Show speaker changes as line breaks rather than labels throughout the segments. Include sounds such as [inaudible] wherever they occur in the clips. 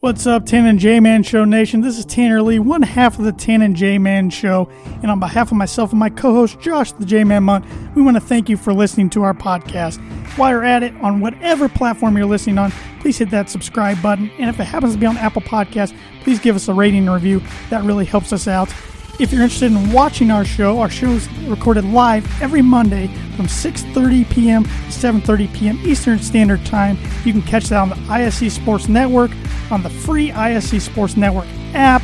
What's up, Tan and J Man Show Nation? This is Tanner Lee, one half of the Tan and J Man Show. And on behalf of myself and my co host, Josh the J Man Munt, we want to thank you for listening to our podcast. While you're at it, on whatever platform you're listening on, please hit that subscribe button. And if it happens to be on Apple Podcasts, please give us a rating and review. That really helps us out. If you're interested in watching our show, our show is recorded live every Monday from 6:30 p.m. to 7:30 p.m. Eastern Standard Time. You can catch that on the ISC Sports Network, on the free ISC Sports Network app,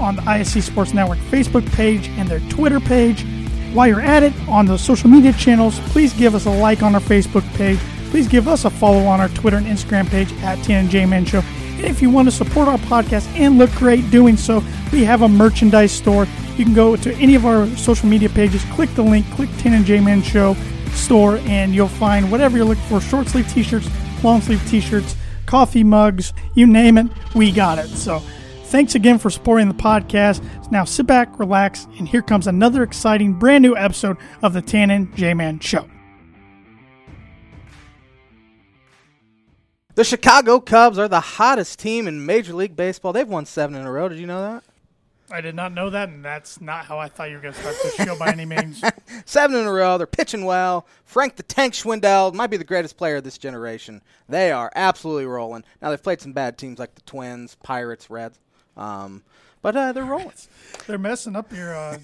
on the ISC Sports Network Facebook page and their Twitter page. While you're at it, on those social media channels, please give us a like on our Facebook page. Please give us a follow on our Twitter and Instagram page at TNJ Man Show. And if you want to support our podcast and look great doing so, we have a merchandise store. You can go to any of our social media pages, click the link, click Tan and J Man Show store, and you'll find whatever you're looking for short sleeve t shirts, long sleeve t shirts, coffee mugs, you name it, we got it. So thanks again for supporting the podcast. Now sit back, relax, and here comes another exciting brand new episode of the Tan and J Man Show.
The Chicago Cubs are the hottest team in Major League Baseball. They've won seven in a row. Did you know that?
I did not know that, and that's not how I thought you were going to start the show by any [laughs] means.
Seven in a row. They're pitching well. Frank the Tank Schwindel might be the greatest player of this generation. They are absolutely rolling. Now they've played some bad teams like the Twins, Pirates, Reds, um, but uh, they're rolling.
They're messing up your uh,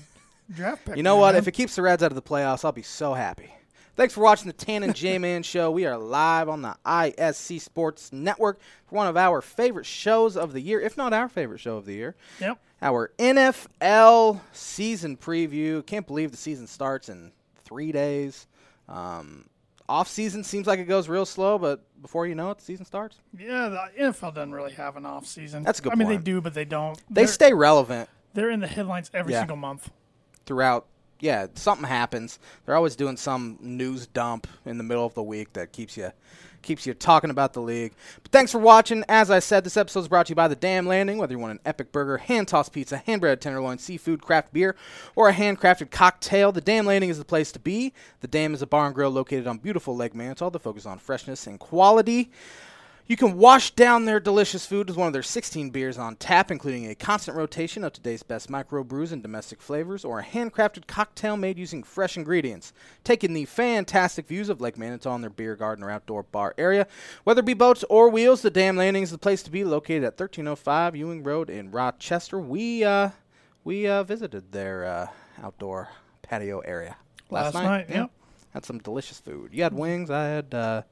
draft pick.
You know what?
man.
If it keeps the Reds out of the playoffs, I'll be so happy. Thanks for watching the Tan and J Man show. We are live on the ISC Sports Network for one of our favorite shows of the year, if not our favorite show of the year.
Yep.
Our NFL season preview. Can't believe the season starts in three days. Um, off season seems like it goes real slow, but before you know it, the season starts.
Yeah, the NFL doesn't really have an off season.
That's a good
I mean,
point.
they do, but they don't.
They
are
stay relevant
They're in the headlines every
Yeah.
single month.
throughout. Yeah, something happens. They're always doing some news dump in the middle of the week that keeps you keeps you talking about the league. But thanks for watching. As I said, this episode is brought to you by the Dam Landing. Whether you want an epic burger, hand tossed pizza, hand breaded tenderloin, seafood, craft beer, or a handcrafted cocktail, the Dam Landing is the place to be. The Dam is a bar and grill located on beautiful Lake Mantle. The focus on freshness and quality. You can wash down their delicious food with one of their 16 beers on tap, including a constant rotation of today's best micro brews and domestic flavors, or a handcrafted cocktail made using fresh ingredients. Take in the fantastic views of Lake Manitou and their beer garden or outdoor bar area. Whether it be boats or wheels, the Dam Landing is the place to be, located at 1305 Ewing Road in Rochester. We uh, we uh, visited their uh, outdoor patio area last,
Last night, yep.
Had some delicious food. You had wings. I had uh,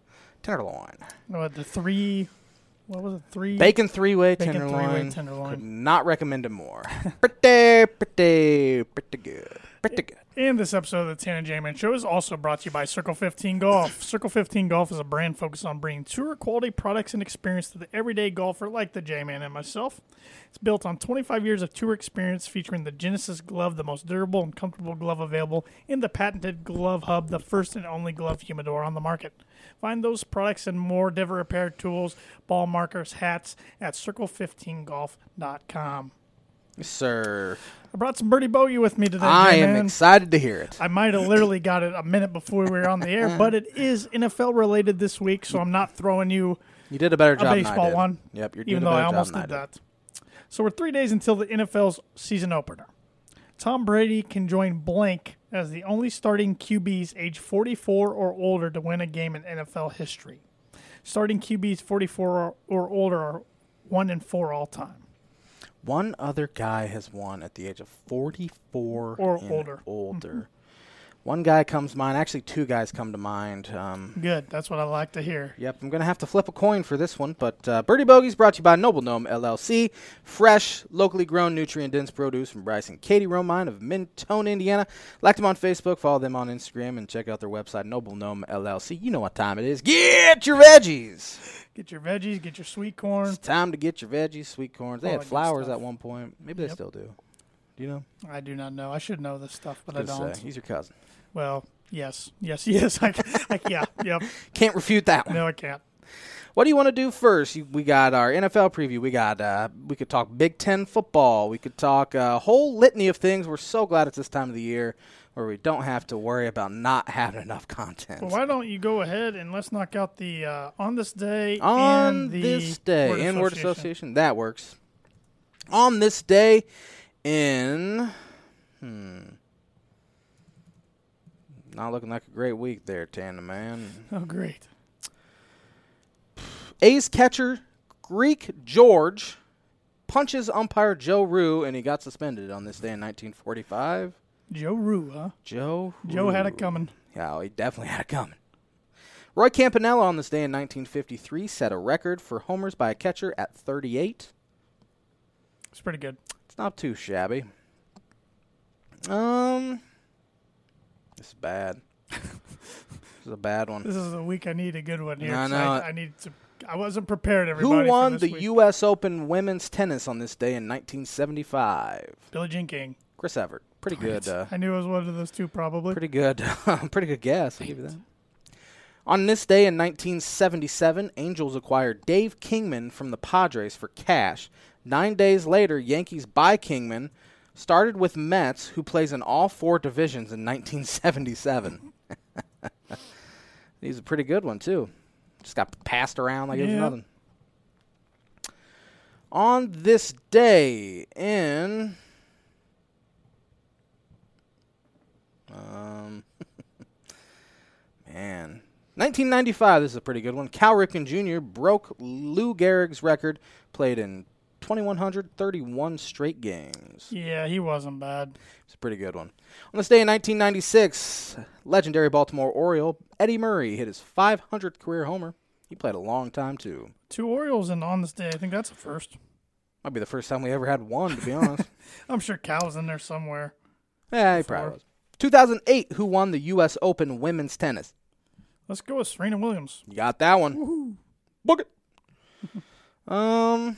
tenderloin.
No, the three. What was it? Three.
Bacon three way
Bacon
tenderloin.
three-way tenderloin.
Could not recommend it
[laughs]
more. pretty, pretty, pretty good. Pretty good.
And this episode of the Tan and J Man Show is also brought to you by Circle 15
[laughs]
Golf. Circle 15 Golf is a brand focused on bringing tour quality products and experience to the everyday golfer like the J Man and myself. It's built on 25 years of tour experience featuring the Genesis glove, the most durable and comfortable glove available, and the patented Glove Hub, the first and only glove humidor on the market. Find those products and more Diver Repair tools, ball markers, hats at circle15golf.com.
Sir,
I brought some Birdie Bogey with me today.
I am
J-Man.
excited to hear it.
I might have literally got it a minute before we were on the air, but it is NFL related this week, so I'm not throwing you
You did a better
a
job than I
baseball
did.
one.
Yep, you're doing
even
a
though
better
I almost
job
did
than I
that. So we're three days until the NFL's season opener. Tom Brady can join blank as the only starting QBs age 44 or older to win a game in NFL history. Starting QBs 44 or, or older are one and four all time.
One other guy has won at the age of 44
Or
and
older. [laughs]
older. One guy comes to mind. Actually, two guys come to mind. Um,
Good. That's what I like to hear.
Yep, I'm going to have to flip a coin for this one, but uh, Birdie Bogey's brought to you by Noble Gnome LLC. Fresh, locally grown, nutrient dense produce from Bryce and Katie Romine of Mentone, Indiana. Like them on Facebook, follow them on Instagram, and check out their website, Noble Gnome LLC. You know what time it is. Get your veggies!
Get your veggies, get your sweet corn.
It's time to get your veggies, sweet corns. They
All
had
that good
flowers
Oh, stuff.
at one point. Maybe they
Yep.
still do. Do you know?
I do not know. I should know this stuff, but I
Just, uh,
don't.
he's your cousin.
Well, yes, yes, yes. [laughs] I, I, yeah, yep.
Can't refute that one.
No, I can't.
What do you want to do first? You- We got our NFL preview. We got uh, we could talk Big Ten football. We could talk a whole litany of things. We're so glad it's this time of the year. where we don't have to worry about not [laughs] having enough content.
Well, why don't you go ahead and let's knock out the uh, on this day
on
and the
this day
word
in word association that works on this day in hmm not looking like a great week there tanda man
Oh, great.
ace catcher greek george punches umpire joe rue and he got suspended on this day in 1945
Joe Rue, huh?
joe
Joe had
Rue.
it coming.
Yeah, oh, he definitely had it coming. Roy Campanella on this day in 1953 set a record for homers by a catcher at 38.
It's pretty good.
It's not too shabby. Um, this is bad. [laughs] this is a bad one.
This is the week I need a good one here.
I
'cause
know it.
I, I need to. I wasn't prepared. Everybody.
Who
for
won
this
the
week.
U.S. Open women's tennis on this day in 1975?
Billie Jean King.
Chris Evert. Pretty good. Uh,
I knew it was one of those two, probably.
Pretty good. [laughs] um, pretty good guess. I'll give you that. On this day in 1977, Angels acquired Dave Kingman from the Padres for cash. Nine days later, Yankees buy Kingman, started with Mets, who plays in all four divisions in 1977. He's a pretty good one, too. Just got passed around like it was
Yeah.
nothing. On this day in. Um, [laughs] man. 1995, this is a pretty good one. Cal Ripken Jr. broke Lou Gehrig's record, played in 2,131 straight games.
Yeah, he wasn't bad.
It's a pretty good one. On this day in 1996, legendary Baltimore Oriole Eddie Murray hit his 500th career homer. He played a long time, too.
Two Orioles in on this day. I think that's a first.
Might be the first time we ever had one, to be honest.
I'm sure Cal's in there somewhere.
yeah, he probably was. 2008, who won the U.S. Open women's tennis?
Let's go with Serena Williams.
You got that one. Book it. [laughs] um,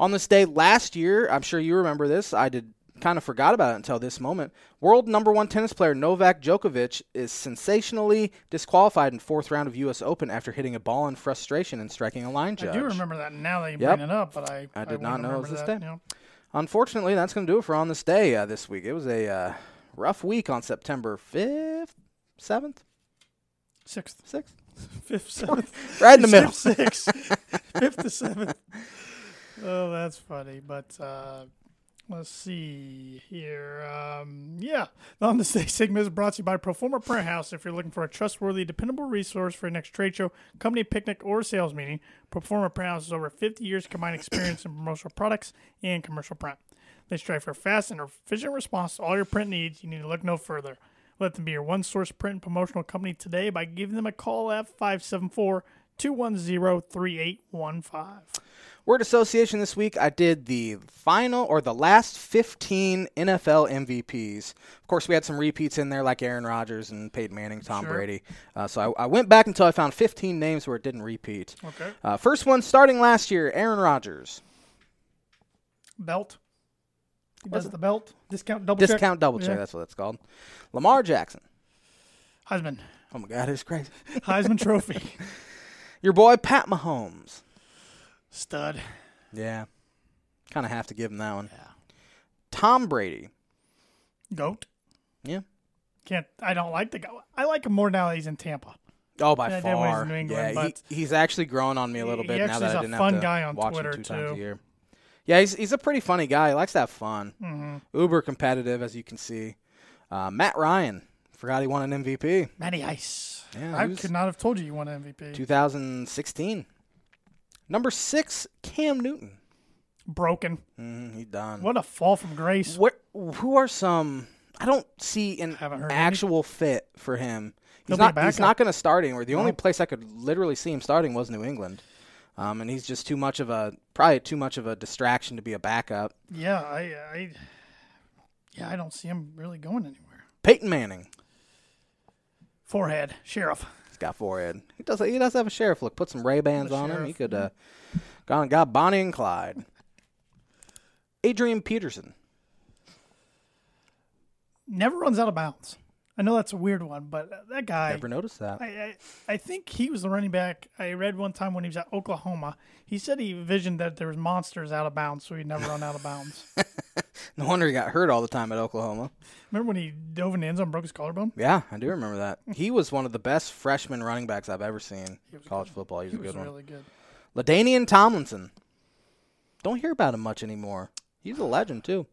on this day last year, I'm sure you remember this. I did kind of forgot about it until this moment. World number one tennis player Novak Djokovic is sensationally disqualified in fourth round of U.S. Open after hitting a ball in frustration and striking a line judge.
I do remember that now that you
Yep.
bring it up, but I
I did
wouldn't
not know it
remember
was this
that,
day.
you know.
Unfortunately, that's going to do it for on this day uh, this week. It was a uh, rough week on September fifth, seventh,
Sixth, [laughs]
sixth,
fifth,
[laughs]
seventh,
right in the middle.
Six,
[laughs]
fifth to seventh. Oh, that's funny. But uh, let's see here. Um, yeah, the on this day segment is brought to you by Proforma Print House. If you're looking for a trustworthy, dependable resource for your next trade show, company picnic, or sales meeting, Proforma Print House has over 50 years of combined experience in promotional products and commercial print. They strive for a fast and efficient response to all your print needs. You need to look no further. Let them be your one source print and promotional company today by giving them a call at 574 210 3815.
Word association this week, I did the final or the last 15 NFL MVPs. Of course, we had some repeats in there like Aaron Rodgers and Peyton Manning, Tom
Sure.
Brady. Uh, so I, I went back until I found 15 names where it didn't repeat.
Okay.
Uh, first one starting last year, Aaron Rodgers.
Belt. He does the belt. Discount double check.
Discount double check,
Yeah.
that's what that's called. Lamar Jackson.
Heisman.
Oh my God, it's crazy.
Heisman [laughs] Trophy.
Your boy, Pat Mahomes.
Stud.
Yeah. Kind of have to give him that one. Tom Brady.
Goat.
Yeah.
Can't. I don't like the guy. I like him more now that he's in Tampa.
Oh, by
Yeah, I did when he was
far.
in New
yeah,
England,
he-
but-
he's actually grown on me a little
He
bit now
actually
that
is
I
a
didn't
fun
have to
guy on
watch
Twitter,
him two times a
too.
year. Yeah, he's he's a pretty funny guy. He likes to have fun.
Mm-hmm.
Uber competitive, as you can see. Uh, Matt Ryan forgot he won an MVP.
Matty Ice.
Yeah,
I
he was-
could not have told you you won MVP.
2016. Number six, Cam Newton.
Broken.
Mm, he done.
What a fall from grace.
What? Who are some? I don't see an
Haven't heard any.
actual fit for him.
He'll
He's
be
not.
a
He's
backup.
not going to start anywhere. The only place I could literally see him starting was New England, um, and he's just too much of a probably too much of a distraction to be a backup.
Yeah, I, I, yeah, I don't see him really going anywhere.
Peyton Manning.
Forehead, sheriff.
He's got forehead. He does. He does have a sheriff look. Put some Ray Bans
The
on him. He
sheriff.
could uh, gone and got Bonnie and Clyde. Adrian Peterson.
never runs out of bounds. I know that's a weird one, but that guy.
Never noticed that.
I, I, I think he was the running back. I read one time when he was at Oklahoma. He said he envisioned that there was monsters out of bounds, so he'd never run out of bounds.
No wonder he got hurt all the time at Oklahoma.
Remember when he dove in the end zone and broke his collarbone?
Yeah, I do remember that. He was one of the best freshman running backs I've ever seen in
was
college football. He was
He
a good
was
one.
really good.
Ladanian Tomlinson. Don't hear about him much anymore. He's a legend too.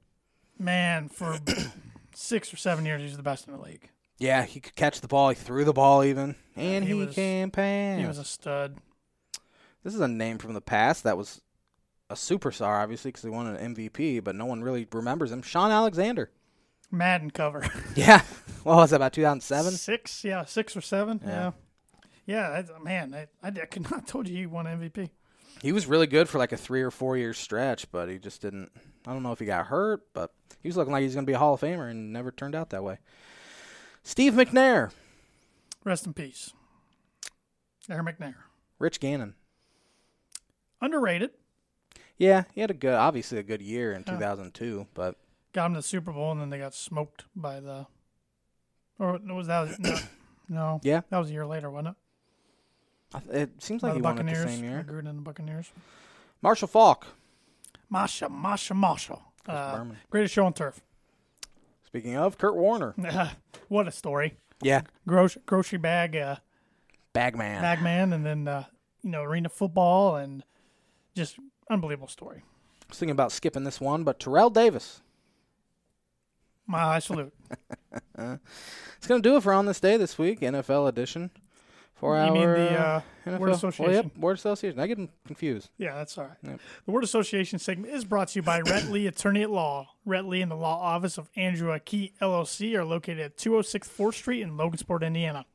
Man, for [coughs] six or seven years, he was the best in the league.
Yeah, he could catch the ball. He threw the ball even, and
he
he,
was-
can pass.
He was a stud.
this is a name from the past that was a superstar, obviously, because he won an MVP, but no one really remembers him.
[laughs]
Sean Alexander.
Madden cover.
Yeah, what was that about 2007?
Six, yeah, six or seven. Yeah.
Yeah.
Yeah, I, man, I, I, I could not [laughs] told you he won MVP.
He was really good for like a three or four year stretch, but he just didn't. I don't know if he got hurt, but he was looking like he's going to be a Hall of Famer, and never turned out that way. Steve McNair,
Rest in peace. Aaron McNair.
Rich Gannon.
Underrated.
Yeah, he had a good, obviously a good year in 2002, but
Got him to the Super Bowl, and then they got smoked by the. Or was that?
[coughs]
No. no
Yeah.
That was a year later, wasn't it?
I th- it seems
by
like
the
he won it the
Buccaneers.
same year.
Gruden and the Buccaneers.
Marshall Falk.
Masha, Masha, Masha. Uh,
Berman.
greatest show on turf. [laughs]
Speaking of Kurt Warner.
what a story.
Yeah,
Grocery, grocery bag uh,
Bagman.
bagman, and then uh, you know arena football, and just unbelievable story.
I was thinking about skipping this one, but Terrell Davis.
My I salute.
It's going to do it for On This Day this week, NFL edition. Four
You
hour.
mean the, uh, word
NFL. Well, yep,
association?
word association. I get 'em confused.
Yeah, that's all right. The word association segment is brought to you by Rhett Lee, attorney at law. Rhett Lee and the law office of Andrew Akey LLC are located at 206 4th Street in Logansport, Indiana.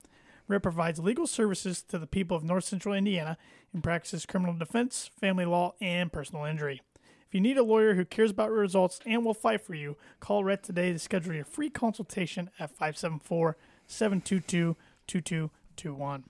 Rhett provides legal services to the people of North Central Indiana and practices criminal defense, family law, and personal injury. If you need a lawyer who cares about your results and will fight for you, call Rhett today to schedule your free consultation at 574 722 2221.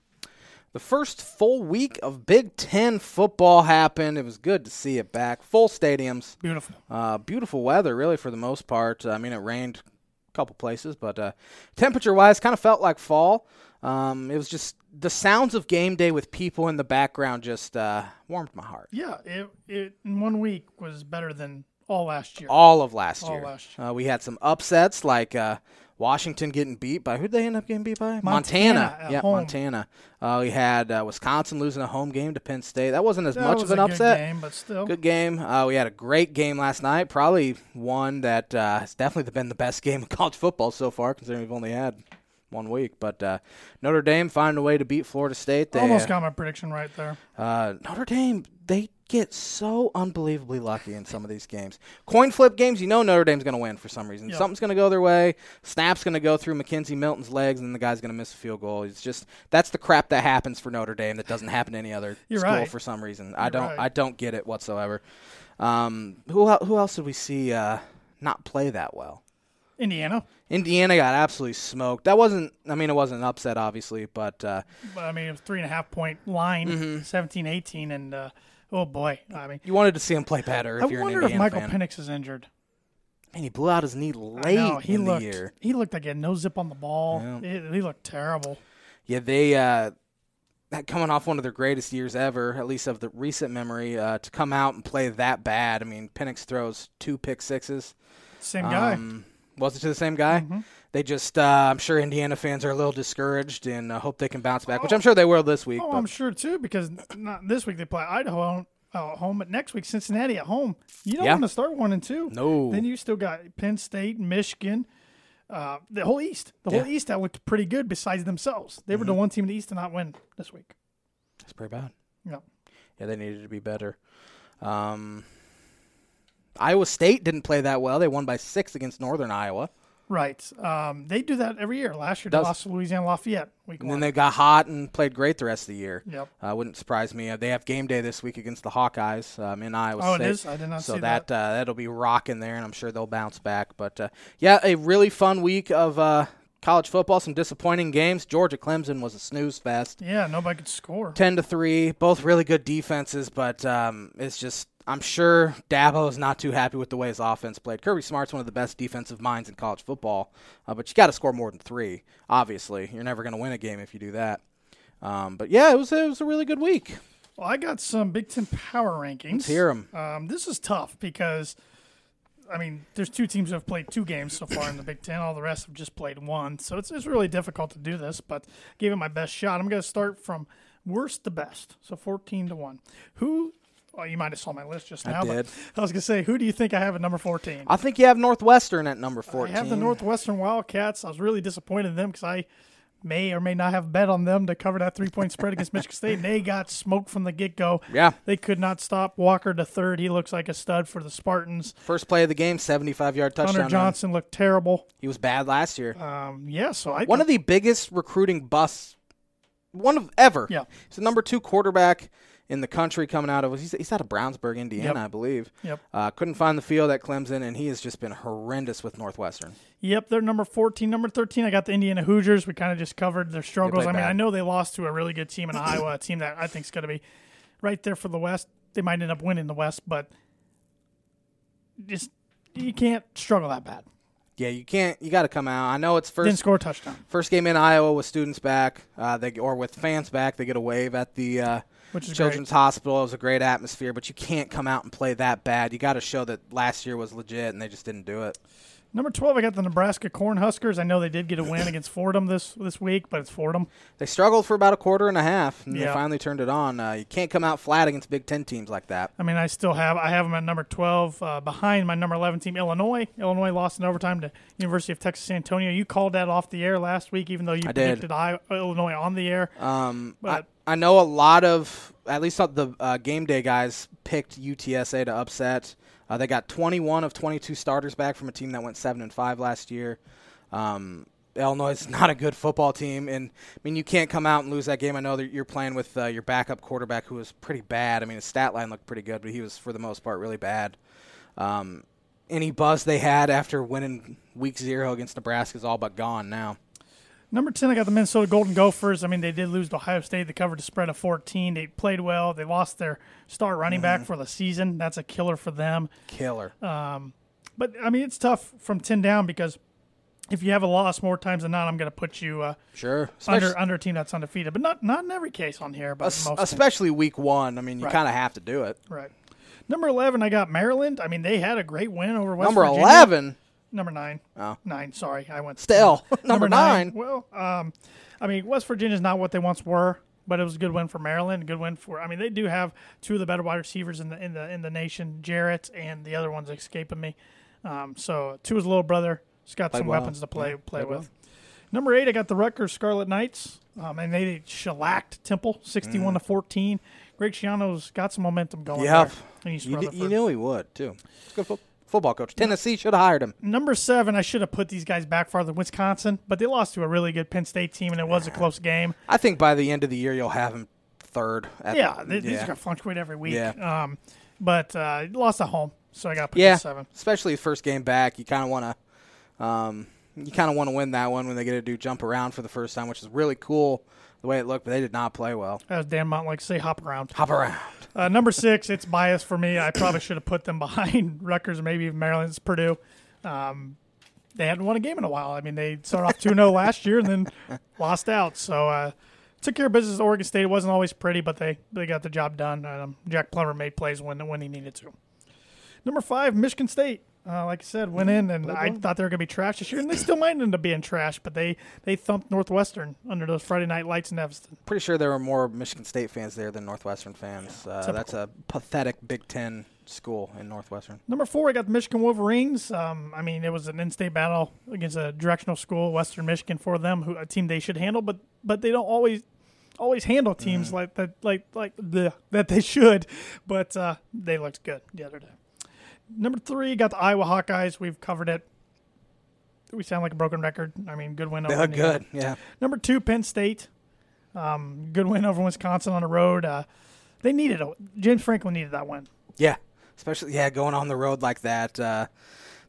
The first full week of Big Ten football happened. It was good to see it back. Full stadiums.
Beautiful.
Uh, beautiful weather, really, for the most part. I mean, it rained a couple places, but uh, temperature wise, kind of felt like fall. Um, it was just the sounds of game day with people in the background just uh, warmed my heart.
Yeah, it, it in one week was better than all last year.
All of last
All
year.
last
Uh, we had some upsets like uh, Washington getting beat by who'd they end up getting beat by?
Montana at
yeah,
home.
Montana. Uh, we had uh, Wisconsin losing a home game to Penn State. That wasn't as
That
much
was
of an
a
upset.
good game, but still.
Good game. Uh, we had a great game last night. Probably one that uh, has definitely been the best game of college football so far, considering we've only had one week. But uh, Notre Dame finding a way to beat Florida State. They,
Almost
uh,
got my prediction right there.
uh, Notre Dame, they get so unbelievably lucky in some of these games. Coin flip games, you know Notre Dame's going to win for some reason.
Yeah.
Something's going to go their way. Snap's going to go through Mackenzie Milton's legs, and the guy's going to miss a field goal. It's just that's the crap that happens for Notre Dame that doesn't happen to any other
You're
school
right.
for some reason. I don't
right.
I don't get it whatsoever. Um, who el- who else did we see uh, not play that well?
Indiana,
Indiana got absolutely smoked. That wasn't I mean it wasn't an upset obviously, but uh,
but I mean, it was three and a half point
Mm-hmm.
line, seventeen, eighteen, 17 18, and uh, oh boy. I mean,
you wanted to see him play better if
I
you're an
wonder
Indiana
if Michael
fan.
Penix is injured.
And he blew out his knee late
No, he
in
looked,
the year.
he looked like he had no zip on the ball. It- he looked terrible.
Yeah, they uh, that coming off one of their greatest years ever, at least of the recent memory, uh, to come out and play that bad. I mean, Penix throws two pick sixes.
Same guy. Mm-hmm.
Um, was it to the same guy? They just, uh, I'm sure Indiana fans are a little discouraged and uh, hope they can bounce back, which I'm sure they will this week.
oh,
but
I'm sure too, because not this week they play Idaho uh, at home, but next week Cincinnati at home. You don't
Yeah.
want to start one and two.
No.
Then you still got Penn State, Michigan, uh, the whole East. The whole
Yeah. Mm-hmm.
East that looked pretty good besides themselves. They were the one team in the East to not win this week.
it's pretty bad.
Yeah.
Yeah, they needed to be better. Um, Iowa State didn't play that well. They won by six against Northern Iowa.
Right. Um, they do that every year. Last year they
Does-
lost to Louisiana Lafayette week
And then
one.
they got hot and played great the rest of the year.
Yep.
Uh, wouldn't surprise me. Uh, they have game day this week against the Hawkeyes um, in Iowa
Oh, it
State.
is? I did not
so
see
that. Uh, that'll be rocking there, and I'm sure they'll bounce back. But uh, yeah, a really fun week of uh, college football. Some disappointing games. Georgia Clemson was a snooze fest.
yeah, nobody could score.
Ten to three, both really good defenses, but um, it's just I'm sure Dabo is not too happy with the way his offense played. Kirby Smart's one of the best defensive minds in college football, uh, but you got to score more than three. Obviously, you're never going to win a game if you do that. Um, but yeah, it was it was a really good week.
Well, I got some Big Ten power rankings.
hear 'em.
Um, this is tough because I mean, there's two teams who have played two games so far in the Big Ten. All the rest have just played one. So it's, it's really difficult to do this, but gave it my best shot. I'm going to start from worst to best. So 14 to 1. Who, well, you might have saw my list just
I
now,
did.
but I was going to say, who do you think I have at number 14?
I think you have Northwestern at number
I
fourteen.
have the Northwestern Wildcats. I was really disappointed in them because I may or may not have bet on them to cover that three point spread against Michigan State. And they got smoked from the get go.
[laughs] Yeah.
They could not stop Walker to third. He looks like a stud for the Spartans.
First play of the game, seventy-five yard touchdown.
Hunter
run.
Johnson looked terrible.
He was bad last year.
Um, yeah, so I
one of the biggest recruiting busts, one of ever.
Yeah.
he's the number two quarterback in the country coming out of. He's, he's out of Brownsburg, Indiana,
Yep.
I believe.
Yep.
Uh, couldn't find the field at Clemson, and he has just been horrendous with Northwestern.
Yep, they're number 14. Number 13, I got the Indiana Hoosiers. We kind of just covered their struggles.
They
I
played
mean,
bad.
I know they lost to a really good team in Iowa, a team that I think is going to be right there for the West. They might end up winning the West, but just you can't struggle that bad.
Yeah, you can't. You got to come out. I know it's
Didn't
first
score a touchdown,
first game in Iowa with students back. Uh, they or with fans back. They get a wave at the uh,
which is
Children's Hospital. It was a great atmosphere, but you can't come out and play that bad. You got to show that last year was legit, and they just didn't do it.
great. Number 12, I got the Nebraska Cornhuskers. I know they did get a
[laughs]
win against Fordham this this week, but it's Fordham.
They struggled for about a quarter and a half, and they
Yeah.
finally turned it on. Uh, you can't come out flat against Big Ten teams like that.
I mean, I still have I have them at number twelve, uh, behind my number eleven team, Illinois. Illinois lost in overtime to University of Texas San Antonio. You called that off the air last week, even though you
I did.
predicted I, Illinois on the air.
Um, I,
But-
I know a lot of, at least the uh, game day guys picked UTSA to upset. Uh, they got 21 of 22 starters back from a team that went seven and five last year. Um, Illinois is [laughs] not a good football team, and I mean you can't come out and lose that game. I know that you're playing with uh, your backup quarterback, who was pretty bad. I mean his stat line looked pretty good, but he was for the most part really bad. Um, any buzz they had after winning Week Zero against Nebraska is all but gone now.
Number ten, I got the Minnesota Golden Gophers. I mean, they did lose to Ohio State. They covered the spread of fourteen. They played well. They lost their star running back
Mm-hmm.
for the season. That's a killer for them.
Killer.
But I mean, it's tough from ten down because if you have a loss more times than not, I'm going to put you uh,
sure. Especially-
under under a team that's undefeated. But not not in every case on here, but
Es-
most.
especially week one. I mean, you
Right.
kind of have to do it.
Right. Number 11, I got Maryland. I mean, they had a great win over West
Number
Virginia.
eleven,
Number 9.
Oh.
9, sorry. I went
Still,
[laughs]
number nine.
Well, um, I mean, West Virginia's not what they once were, but it was a good win for Maryland, a good win for I mean, they do have two of the better wide receivers in the in the in the nation, Jarrett and the other one's escaping me. Um, so two is little brother. He's got
Played
some
well.
weapons to play
Yeah,
play
played well.
with. Number eight, I got the Rutgers Scarlet Knights, um, and they shellacked Temple, sixty-one to fourteen. Greg Schiano's got some momentum going.
Mm. Yep.
there, and he's
you, kn- you
Rutherford.
knew he would too. He's a good fo- football coach. Tennessee should have hired him.
Number seven, I should have put these guys back farther. Wisconsin, but they lost to a really good Penn State team, and it was a close game.
I think by the end of the year, you'll have him third. At,
Yeah, th- these are
yeah.
gonna fluctuate every week.
Yeah.
Um, but uh, lost at home, so I got to put
Yeah.
the seven.
Especially his first game back, you kind of want to, um, you kind of want to win that one when they get to do jump around for the first time, which is really cool the way it looked. But they did not play well.
As Dan Mont likes to say, hop around.
Hop around.
Uh, number six, it's biased for me. I probably should have put them [laughs] behind Rutgers, maybe even Maryland. It's Purdue. Um, they hadn't won a game in a while. I mean, they started off 2 0 last year and then lost out. So uh, took care of business at Oregon State. It wasn't always pretty, but they, they got the job done. Um, Jack Plummer made plays when, when he needed to. Number five, Michigan State. Uh, like I said, went in and I thought they were going to be trash this year, and they still might end up being trash, but they, they thumped Northwestern under those Friday night lights in Evanston.
Pretty sure there were more Michigan State fans there than Northwestern fans. Uh,
typical.
that's a pathetic Big Ten school in Northwestern.
Number four, I got the Michigan Wolverines. Um, I mean, it was an in-state battle against a directional school, Western Michigan, for them, who, a team they should handle, but but they don't always always handle teams like that, like like the that they should. But uh, they looked good the other day. Number three, got the Iowa Hawkeyes. We've covered it. We sound like a broken record. I mean, good win.
They
over
look
Indiana.
good. Yeah.
Number two, Penn State. Um, good win over Wisconsin on the road. Uh, they needed a James Franklin needed that win.
Yeah, especially yeah, going on the road like that. Uh,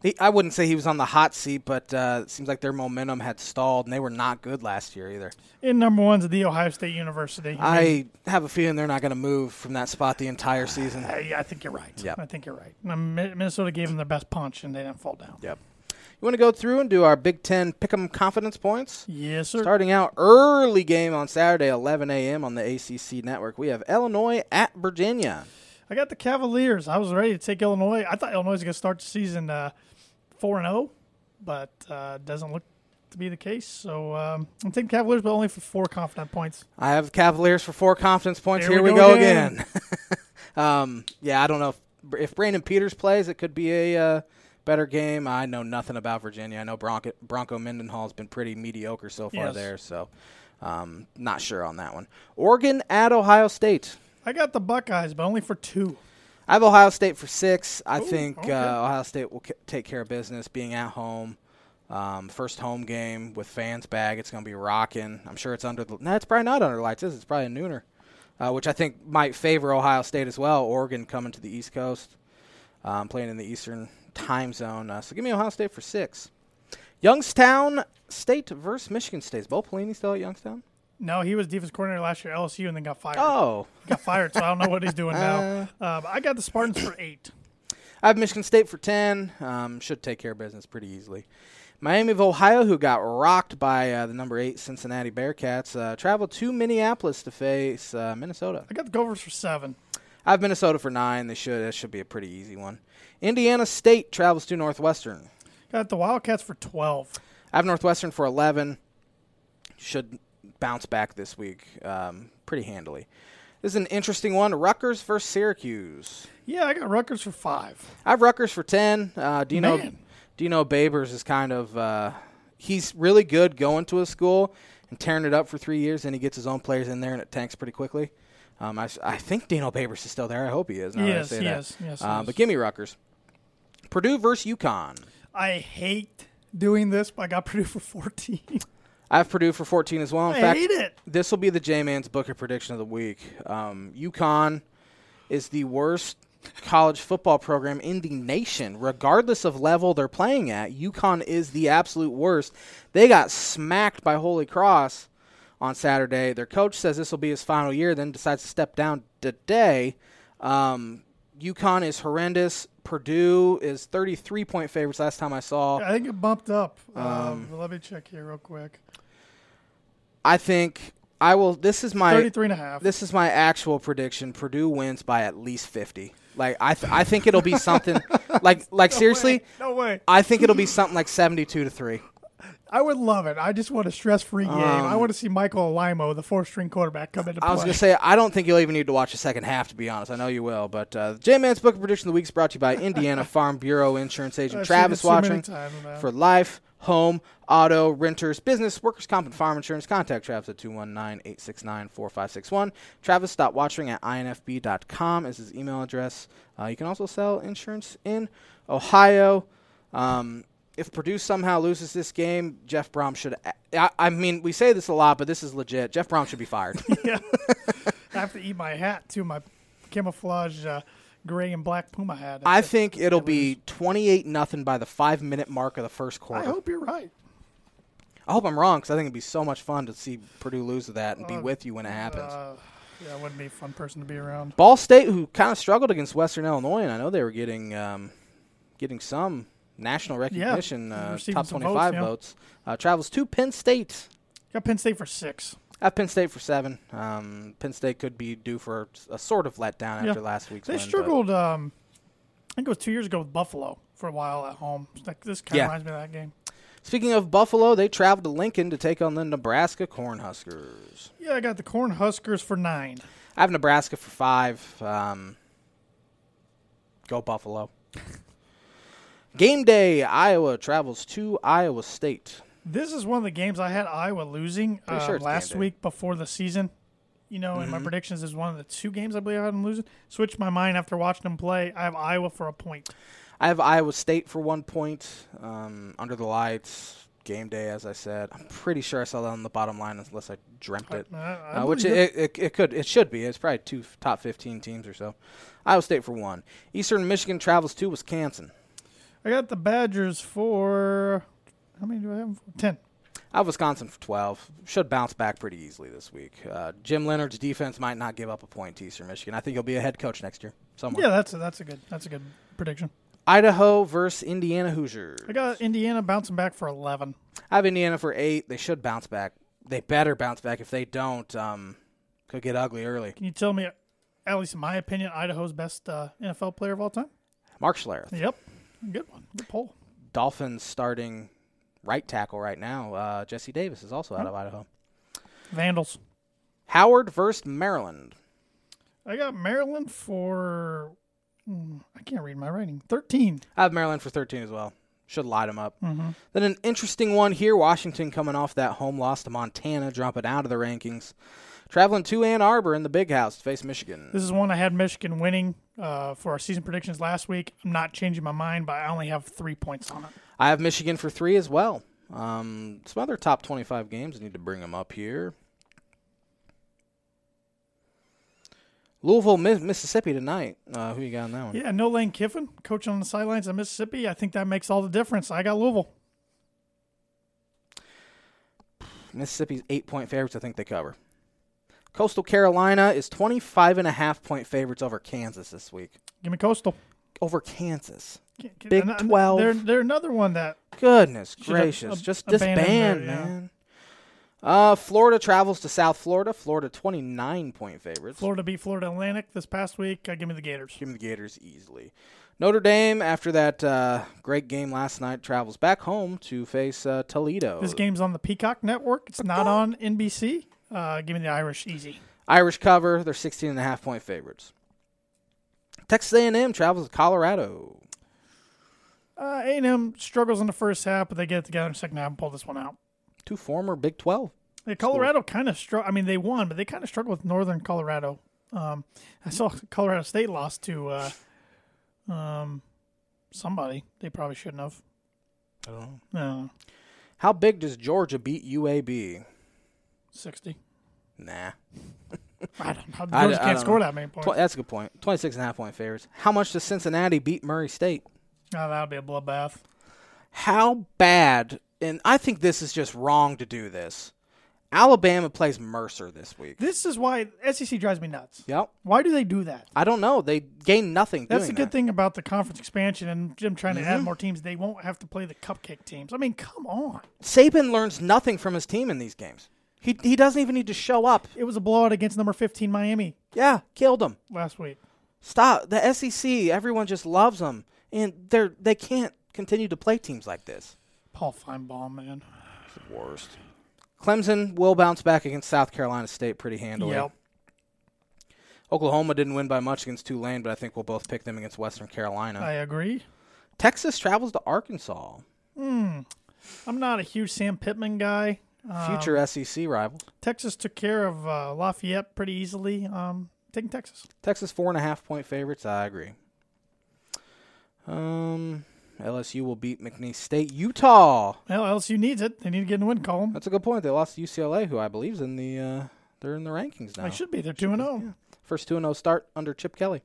the, I wouldn't say he was on the hot seat, but uh, it seems like their momentum had stalled, and they were not good last year either.
And number one's the Ohio State University.
I have a feeling they're not going to move from that spot the entire season.
I, I think you're right.
Yep.
I think you're right. Um, Mi- Minnesota gave them their best punch and they didn't fall down.
Yep. You want to go through and do our Big Ten Pick'em confidence points?
Yes, sir.
Starting out early game on Saturday, 11 a.m. on the ACC network. We have Illinois at Virginia.
I got the Cavaliers. I was ready to take Illinois. I thought Illinois was going to start the season uh, four and zero, but uh, doesn't look to be the case. So um, I'm taking Cavaliers, but only for four confident points.
I have Cavaliers for four confidence points.
There
Here
we
we
go
go,
again.
again. [laughs] um, yeah, I don't know if, if Brandon Peters plays, it could be a uh, better game. I know nothing about Virginia. I know Bronco, Bronco Mendenhall has been pretty mediocre so far
Yes.
there, so um, not sure on that one. Oregon at Ohio State.
I got the Buckeyes, but only for two.
I have Ohio State for six. I
Ooh,
think
okay.
uh, Ohio State will c- take care of business, being at home. Um, first home game with fans back. It's going to be rocking. I'm sure it's under the. No, it's probably not under lights. Is it? It's probably a nooner, uh, which I think might favor Ohio State as well. Oregon coming to the East Coast, um, playing in the Eastern time zone. Uh, so give me Ohio State for six. Youngstown State versus Michigan State. Is Bo Pelini still at Youngstown?
No, he was defense coordinator last year at LSU and then got fired.
Oh,
Got fired, so I don't know what he's doing
[laughs]
now. Uh, but I got the Spartans for eight.
I have Michigan State for 10. Um, should take care of business pretty easily. Miami of Ohio, who got rocked by uh, the number eight Cincinnati Bearcats, uh, traveled to Minneapolis to face uh, Minnesota.
I got the Gophers for seven.
I have Minnesota for nine. They should that should be a pretty easy one. Indiana State travels to Northwestern.
Got the Wildcats for twelve.
I have Northwestern for 11. Should bounce back this week um, pretty handily. This is an interesting one. Rutgers versus Syracuse.
Yeah, I got Rutgers for five.
I have Rutgers for ten. Uh, do you know?
Man.
Do you know Babers is kind of uh, he's really good going to a school and tearing it up for three years, and he gets his own players in there, and it tanks pretty quickly. Um, I, s- I think Dino Babers is still there. I hope he is. now that I
Yes,
say that.
yes, yes,
Uh,
yes.
But give me Rutgers. Purdue versus UConn.
I hate doing this, but I got Purdue for fourteen.
I have Purdue for 14 as well. In
I
fact,
hate it.
this will be the J Man's Booker prediction of the week. Um, UConn is the worst college football program in the nation, regardless of level they're playing at. UConn is the absolute worst. They got smacked by Holy Cross on Saturday. Their coach says this will be his final year, then decides to step down today. Um, UConn is horrendous. Purdue is 33 point favorites last time I saw.
I think it bumped up. Um, let me check here real quick.
I think I will. This is my
33 and a half.
This is my actual prediction. Purdue wins by at least 50. Like I th- I think it'll be
[laughs]
something like like seriously,
no way.
I think it'll be something like 72 to 3.
I would love it. I just want a stress-free game. I want to see Michael Limo, the four-string quarterback, come into play.
I was going to say I don't think you'll even need to watch the second half to be honest. I know you will, but uh, J-Man's book of prediction of the week is brought to
[laughs]
you by Indiana Farm Bureau insurance agent
I've seen
Travis
it so many
Watching
times now.
for life, home, auto, renters, business, workers comp and farm insurance. Contact Travis at 219-869-4561. Travis.watching at infb.com is his email address. Uh, you can also sell insurance in Ohio. Um, if Purdue somehow loses this game, Jeff Brom should. I, I mean, we say this a lot, but this is legit. Jeff Brom should be fired.
Yeah. [laughs] I have to eat my hat too. My camouflage uh, gray and black Puma hat.
I think it'll be 28 nothing by the five minute mark of the first
I
quarter.
hope you're right.
I hope I'm wrong because I think it'd be so much fun to see Purdue lose to that and
Oh,
be with you when it happens.
Uh, yeah, I wouldn't be a fun person to be around.
Ball State, who kind of struggled against Western Illinois, and I know they were getting um, getting some national recognition, uh,
receiving
top
some
25
votes,
votes,
yeah.
uh, travels to Penn State.
Got Penn State for six.
I have Penn State for seven. Um, Penn State could be due for a sort of letdown
Yeah.
after last week's
They
win. but-
struggled. Um, I think it was two years ago with Buffalo for a while at home. It's Like this kind
Yeah.
of reminds me of that game.
Speaking of Buffalo, they traveled to Lincoln to take on the Nebraska Cornhuskers.
Yeah, I got the Corn Huskers for nine.
I have Nebraska for five. Um, go Buffalo. Game day, Iowa travels to Iowa State.
This is one of the games I had Iowa losing
Pretty
uh,
sure it's Mm-hmm.
last
game day.
week before the season. You know, in my predictions, is one of the two games I believe I had them losing. Switched my mind after watching them play. I have Iowa for a point.
I have Iowa State for one point. Um, under the lights, game day, as I said. I'm pretty sure I saw that on the bottom line, unless I dreamt it.
I- I
Uh, which
believe
it, it, it could, it should be. It's probably two f- top 15 teams or so. Iowa State for one. Eastern Michigan travels to Wisconsin.
I got the Badgers for how many do I have? Ten.
I have Uh, Wisconsin for 12. Should bounce back pretty easily this week. Uh, Jim Leonard's defense might not give up a point to Eastern Michigan. I think he'll be a head coach next year somewhere.
Yeah, that's a, that's a good that's a good prediction.
Idaho versus Indiana Hoosiers.
I got Indiana bouncing back for eleven.
I have Indiana for eight. They should bounce back. They better bounce back. If they don't, um, could get ugly early.
Can you tell me at least in my opinion, Idaho's best uh, NFL player of all time.
Mark Schlereth.
Yep, good one. Good poll.
Dolphins starting right tackle right now. Uh, Jesse Davis is also out of Idaho.
Vandals.
Howard versus Maryland.
I got Maryland for. mm, I can't read my writing. Thirteen.
I have Maryland for 13 as well. Should light them up. Then an interesting one here. Washington coming off that home loss to Montana, dropping out of the rankings. Traveling to Ann Arbor in the big house to face Michigan.
This is one I had Michigan winning uh, for our season predictions last week. I'm not changing my mind, but I only have three points on it.
I have Michigan for three as well. Um, some other top 25 games. I need to bring them up here. Louisville, Mi- Mississippi tonight. Uh, who you got on that one?
Yeah, no Lane Kiffin coaching on the sidelines at Mississippi. I think that makes all the difference. I got Louisville.
Mississippi's eight point favorites. I think they cover. Coastal Carolina is 25 and a half point favorites over Kansas this week.
Give me Coastal.
Over Kansas.
Can't- can't-
Big
they're not-
12.
They're, they're another one that
Goodness
have
gracious.
ab-
Just
abandoned
disband,
their- yeah.
man. Uh, Florida travels to South Florida. Florida 29 point favorites.
Florida beat Florida Atlantic this past week. Uh, give me the Gators.
Give me the Gators easily. Notre Dame, after that uh, great game last night, travels back home to face uh, Toledo.
This game's on the Peacock Network. It's not
Oh.
on NBC. Uh, give me the Irish easy.
Irish cover. They're 16 and a half point favorites. Texas A&M travels to Colorado.
Uh, A&M struggles in the first half, but they get it together in the second half and pull this one out.
Two former Big 12
Yeah, Colorado kind of struggled. I mean, they won, but they kind of struggled with Northern Colorado. Um, I saw Colorado State lost to uh, um, somebody. They probably shouldn't have.
I
Oh.
don't know.
No,
How big does Georgia beat UAB?
sixty.
Nah.
I don't know.
I-
Georgia
I
can't
don't
score
know.
that many points.
Tw- that's a good point. 26 and a half point favorites. How much does Cincinnati beat Murray State?
Oh, that would be a bloodbath.
How bad, and I think this is just wrong to do this. Alabama plays Mercer this week.
This is why SEC drives me nuts.
Yep.
Why do they do that?
I don't know. They gain nothing.
That's the
doing
good
that.
thing about the conference expansion and Jim trying to add more teams. They won't have to play the cupcake teams. I mean, come on.
Saban learns nothing from his team in these games. He he doesn't even need to show up.
It was a blowout against number 15 Miami
Yeah, killed him.
last week.
Stop. The SEC. Everyone just loves them, and they're they can't continue to play teams like this.
Paul Feinbaum, man.
Worst. Clemson will bounce back against South Carolina State pretty handily.
Yep.
Oklahoma didn't win by much against Tulane, but I think we'll both pick them against Western Carolina.
I agree.
Texas travels to Arkansas.
I'm not a huge Sam Pittman guy. Um,
Future E SEC rivals.
Texas took care of uh, Lafayette pretty easily. Um, taking Texas.
Texas four and a half point favorites. I agree. Um, LSU will beat McNeese State. Utah.
Well, LSU needs it. They need to get in the win column.
That's a good point. They lost to UCLA, who I believe is in the uh, they're in the rankings now.
They should be. They're 2 and oh. 0.
First two and zero start under Chip Kelly.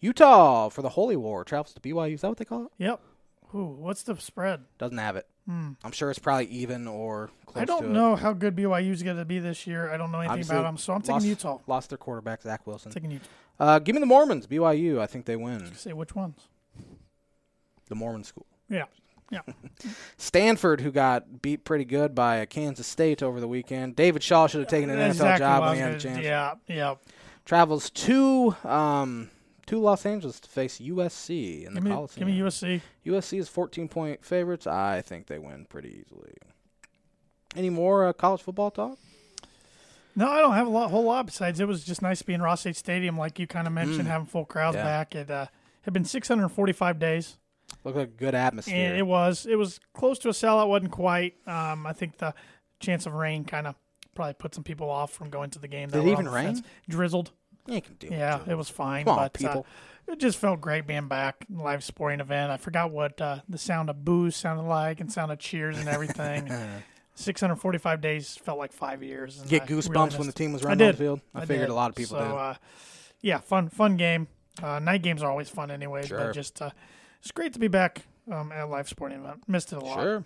Utah for the Holy War travels to BYU. Is that what they call it?
Yep. Ooh, what's the spread?
Doesn't have it. I'm sure it's probably even or close.
Hmm. I
to
don't
it.
know how good BYU's going to be this year. I don't know anything
Obviously,
about them, so I'm taking
lost,
Utah.
Lost their quarterback Zach Wilson.
Taking Utah.
Uh, give me the Mormons. BYU. I think they win.
Say which ones.
The Mormon school.
Yeah. Yeah.
Stanford, who got beat pretty good by uh, Kansas State over the weekend. David Shaw should have taken an
That's
NFL
exactly
job
what I
when he
was
had a
gonna-
chance.
Yeah, yeah.
Travels to um, to Los Angeles to face USC in the
Give me,
Coliseum.
give me USC.
USC is 14 point favorites. I think they win pretty easily. Any more uh, college football talk?
No, I don't have a lot, whole lot besides it was just nice to be in Ross State Stadium, like you kind of mentioned, having full crowds
Mm. Yeah.
back. It uh, had been 645 days,
Looked like a good atmosphere.
and it was it was close to a sellout, wasn't quite. Um, I think the chance of rain kind of probably put some people off from going to the game. that
Did it
were on
even
the fence.
rain?
Drizzled.
Yeah, you can do
Yeah,
it.
it was fine.
Come on,
but, uh,
people.
it just felt great being back, in a live sporting event. I forgot what uh, the sound of boos sounded like and sound of cheers and
[laughs]
everything. 645 days felt like five years. And
Get
I really
goosebumps when the
missed-
team was
I
running on the
did.
field. I, figured
did.
a lot of people
so,
did.
Uh, yeah, fun, fun game. Uh, night games are always fun anyway,
Sure.
but just uh, it's great to be back um, at a live sporting event. Missed it a lot.
Sure.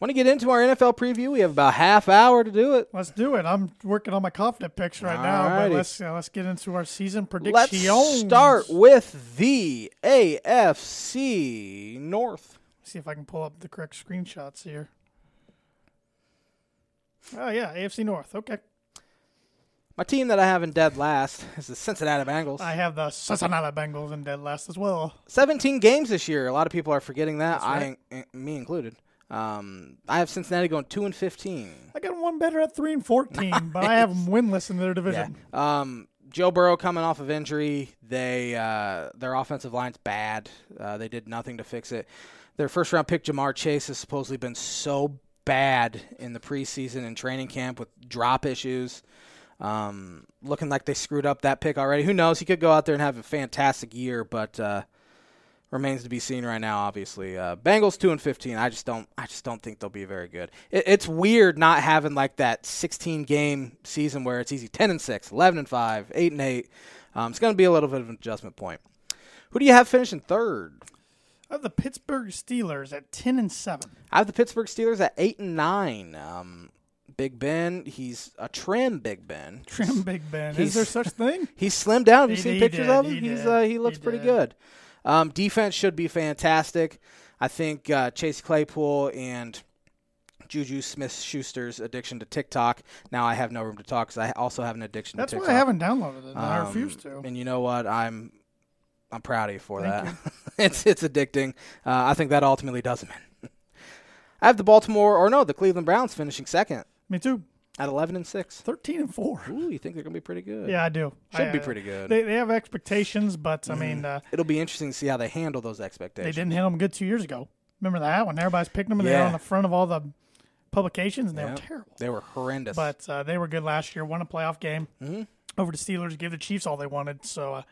Want to get into our NFL preview? We have about half hour to do it.
Let's do it. I'm working on my confident picks right now, but
Alrighty.
let's uh, let's get into our season predictions.
Let's start with the AFC North.
see if I can pull up the correct screenshots here. Oh yeah, AFC North. Okay.
My team that I have in dead last [laughs] is the Cincinnati Bengals.
I have the Cincinnati Bengals in dead last as well.
17 games this year. A lot of people are forgetting that,
right.
I, in- me included. Um, I have Cincinnati going 2 and 15.
I got one better at three and fourteen,
[laughs]
but I have them winless in their
Yeah.
division.
Um, Joe Burrow coming off of injury. They uh, their offensive line's bad. Uh, they did nothing to fix it. Their first round pick Jamar Chase has supposedly been so bad in the preseason and training camp with drop issues. Um, looking like they screwed up that pick already. Who knows? He could go out there and have a fantastic year, but uh, remains to be seen right now. Obviously, uh, Bengals two and fifteen. I just don't. I just don't think they'll be very good. It, it's weird not having like that sixteen game season where it's easy ten and 6, 11 and five, eight and eight. Um, it's going to be a little bit of an adjustment point. Who do you have finishing third?
I have the Pittsburgh Steelers at ten and seven.
I have the Pittsburgh Steelers at eight and nine. Um, Big Ben, he's a trim Big Ben.
Trim Big Ben.
He's-
Is there such
[laughs]
thing?
He slimmed down. Have you
He-
seen
he
pictures
did,
of him?
he
He's
did,
uh, he looks
he
pretty
did.
good. Um, defense should be fantastic. I think uh, Chase Claypool and Juju Smith-Schuster's addiction to TikTok. Now I have no room to talk because I also have an addiction
That's
to
why
TikTok.
I haven't downloaded it. and I
Um,
refuse to.
And you know what? I'm I'm proud of you for
Thank
that. [laughs] it's it's addicting. Uh, I think that ultimately does him in. [laughs] I have the Baltimore or no, the Cleveland Browns finishing second
Me too.
at 11 and 6.
Thirteen and four.
Ooh, you think they're going to be pretty good?
Yeah, I do.
Should
I-
be
I-
pretty good. Mm.
They, they have expectations, but I mean, uh,
It'll be interesting to see how they handle those expectations.
they didn't handle them good two years ago. Remember that when everybody's picking them and they were
Yeah.
on the front of all the publications and they
Yep.
were terrible.
They were horrendous.
But uh, they were good last year. Won a playoff game
Mm-hmm.
over the Steelers. Gave the Chiefs all they wanted. So, uh,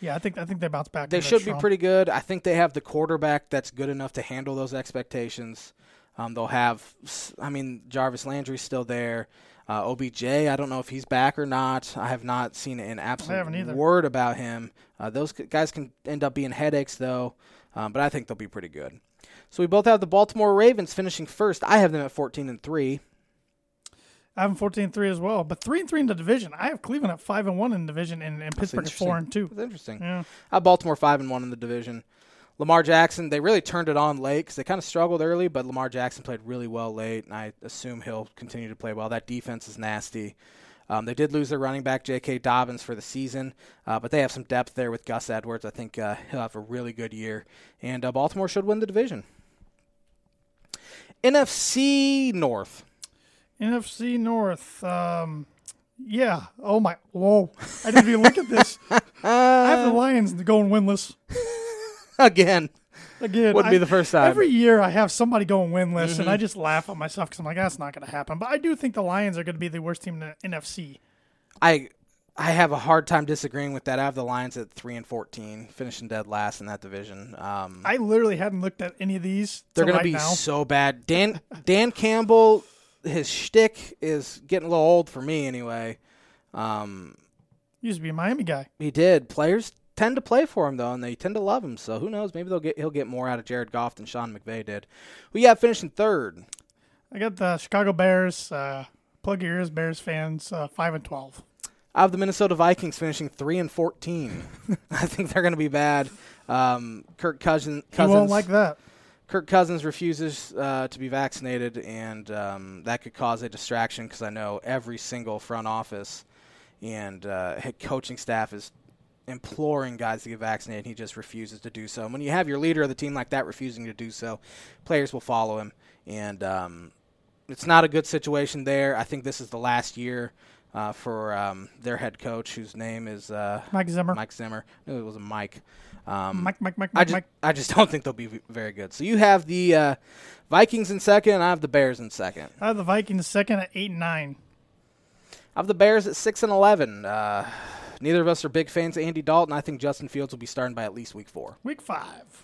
yeah, I think I think they bounce back.
they
and they're
should
strong.
be pretty good. I think they have the quarterback that's good enough to handle those expectations. Um, they'll have, s- I mean, Jarvis Landry's still there. Uh, OBJ, I don't know if he's back or not. I have not seen an
haven't
absolute
either.
word about him. Uh, those c- guys can end up being headaches, though, um, but I think they'll be pretty good. So we both have the Baltimore Ravens finishing first. I have them at 14 and 3.
I have them 14 3 as well, but 3 and 3 in the division. I have Cleveland at 5 and 1 in the division, and, and Pittsburgh at 4 and 2.
That's interesting.
Yeah.
Uh, Baltimore five and one in the division. Lamar Jackson, they really turned it on late because they kind of struggled early, but Lamar Jackson played really well late, and I assume he'll continue to play well. That defense is nasty. Um, they did lose their running back J.K. Dobbins for the season, uh, but they have some depth there with Gus Edwards. I think uh, he'll have a really good year, and uh, Baltimore should win the division. NFC North. [laughs]
NFC North. Um, yeah. Oh, my. Whoa. I didn't even look at
[laughs]
this. I have the Lions going winless.
Again,
Again,
Wouldn't be
I-
the first time.
Every year I have somebody going winless, and I
Mm-hmm.
just laugh at myself because I'm like, that's not going to happen. But I do think the Lions are going to be the worst team in the NFC.
I I have a hard time disagreeing with that. I have the Lions at three and fourteen, finishing dead last in that division. Um,
I literally hadn't looked at any of these.
they're
going
gonna
to
be
now.
so
[laughs]
bad. Dan Dan Campbell, his shtick is getting a little old for me anyway. Um,
Used to be a Miami guy.
he did. Players tend to play for him though, and they tend to love him. So who knows? Maybe they'll get he'll get more out of Jared Goff than Sean McVay did. Who you have finishing third?
I got the Chicago Bears. Uh, plug your ears, Bears fans. Uh, five and twelve.
I have the Minnesota Vikings finishing three and
[laughs]
fourteen. [laughs] I think they're gonna be bad. Um, Kirk Cousin, Cousins.
You won't like that.
Kirk Cousins refuses uh, to be vaccinated, and um, that could cause a distraction because I know every single front office and uh, head coaching staff is imploring guys to get vaccinated, and he just refuses to do so. And when you have your leader of the team like that refusing to do so, players will follow him, and um, it's not a good situation there. I think this is the last year uh, for um, their head coach, whose name is uh,
Mike Zimmer.
Mike Zimmer. I knew it was a Mike. Um,
Mike, Mike, Mike,
I
Mike,
just,
Mike.
I just [laughs] don't think they'll be v- very good. So you have the uh, Vikings in second, and I have the Bears in second.
I have the Vikings second at eight and nine.
I have the Bears at six and eleven. Uh, neither of us are big fans of Andy Dalton. I think Justin Fields will be starting by at least week four.
Week five.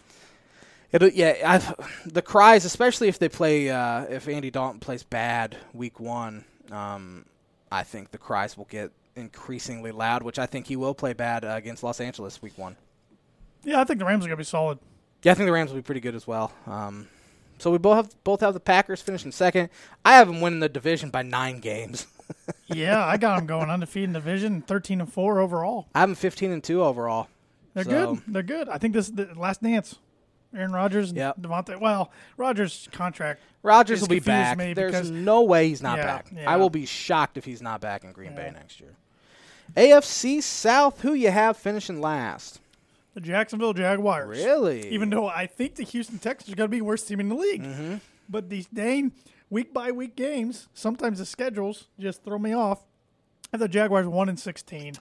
It'll, yeah, I've, the cries, especially if they play, uh, if Andy Dalton plays bad week one, um, I think the cries will get increasingly loud. Which I think he will play bad uh, against Los Angeles week one.
Yeah, I think the Rams are going to be solid.
Yeah, I think the Rams will be pretty good as well. Um, so we both have both have the Packers finishing second. I have them winning the division by nine games. [laughs]
Yeah, I got them going undefeated in the division, thirteen and four overall.
I have them fifteen and two overall.
They're
So-
good. They're good. I think this is the last dance. Aaron Rodgers and
Yep.
Devontae. Well, Rodgers' contract.
Rodgers
It's
will be
confused
back.
me
There's
because-
no way he's not
Yeah,
back.
yeah.
I will be shocked if he's not back in Green Bay next year. AFC South, who you have finishing last?
The Jacksonville Jaguars.
Really?
Even though I think the Houston Texans are going to be the worst team in the league.
Mm-hmm.
But these dang week by week games, sometimes the schedules just throw me off. I have the Jaguars 1 and 16.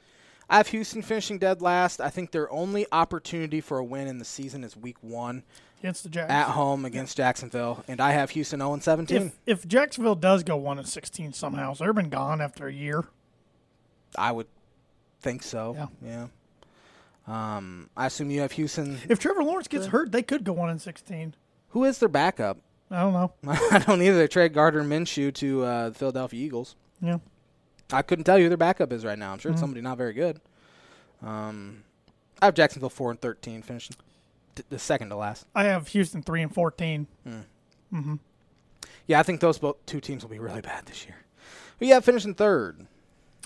I have Houston finishing dead last. I think their only opportunity for a win in the season is week one
against the Jags.
at home against Jacksonville, and I have Houston 0 17.
if if Jacksonville does go one and sixteen somehow, is Urban gone after a year?
I would think so. Yeah. Um, I assume you have
[laughs]
Houston.
If Trevor Lawrence gets hurt, they could go one and sixteen.
Who is their backup? [laughs]
I don't know.
I don't either. They trade Gardner Minshew to uh, the Philadelphia Eagles.
Yeah,
I couldn't tell you who their backup is right now. I'm sure
Mm-hmm.
it's somebody not very good. Um, I have Jacksonville four and thirteen, finishing t- the second to last.
I have Houston three and fourteen.
Yeah, I think those both two teams will be really bad this year. Who you have finishing third?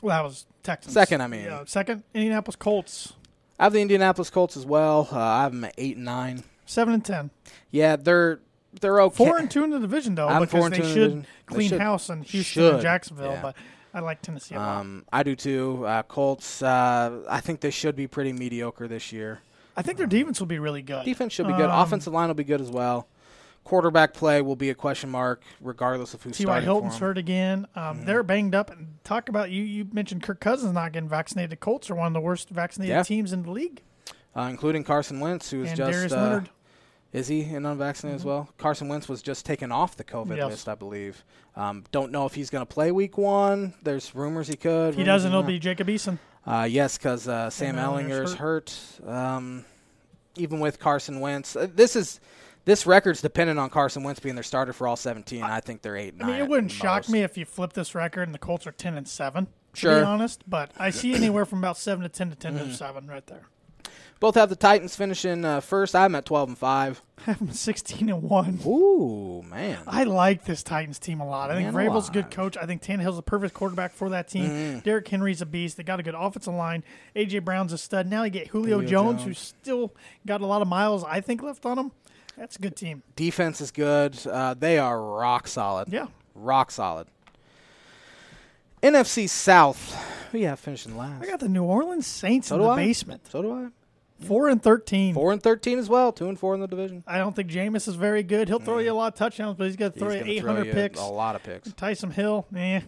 Well, that was Texans.
Second, I mean.
yeah, second. Indianapolis Colts
I have the Indianapolis Colts as well. Uh, I have them at eight and nine.
seven and ten.
Yeah, they're they're okay.
Four and two in the division though,
I'm four
because
and
they
two in the
should
division. They
clean
should.
house in Houston
Should,
and Jacksonville.
yeah.
But I like Tennessee a lot.
Um, I do too. Uh, Colts. Uh, I think they should be pretty mediocre this year.
I think their defense will be really good.
Defense should be good.
Um,
Offensive line will be good as well. Quarterback play will be a question mark, regardless of who's
T.Y.
starting
Hilton's
for Mm-hmm. 'em.
hurt again. Um, They're banged up. And talk about you. You mentioned Kirk Cousins not getting vaccinated. The Colts are one of the worst vaccinated
Yeah.
teams in the league.
uh, including Carson Wentz, who is
and
just
Darius
uh,
Leonard. Mm-hmm.
Is he an unvaccinated as well? Carson Wentz was just taken off the COVID
Yes.
list, I believe. Um, don't know if he's going to play Week One. There's rumors he could. Mm-hmm.
He doesn't. It'll be Jacob Eason.
Uh, yes, because uh, Sam
Ellinger's
Ellinger's hurt. Um, even with Carson Wentz, uh, this is this record's dependent on Carson Wentz being their starter for all 17. I, think they're eight.
I mean, it wouldn't shock me if you flip this record and the Colts are ten and seven. To
Sure. Mm-hmm.
be honest, but I see anywhere from about seven to ten to 10 to seven right there.
Both have the Titans finishing uh, first. I'm at 12 and five.
I have them sixteen and one.
Ooh man,
I like this Titans team a lot. I think
Man
Vrabel's a good
alive. Mm.
coach. I think Tannehill's the perfect quarterback for that team. Derrick Henry's a beast. They got a good offensive line. AJ Brown's a stud. Now you get Julio,
Julio
Jones,
Jones.
who's still got a lot of miles I think left on him. That's a good team.
defense is good. Uh, they are rock solid.
Yeah.
rock solid. NFC South. Who you have finishing last?
I got the New Orleans Saints
so
in
do
the
I.
basement,
So do I.
four and thirteen.
Four and thirteen as well. Two and four in the division.
I don't think Jameis is very good. He'll throw you a lot of touchdowns, but he's got to throw you
Mm. He's gonna
eight
throw
hundred
you
picks.
A lot of picks.
Tyson Hill, eh?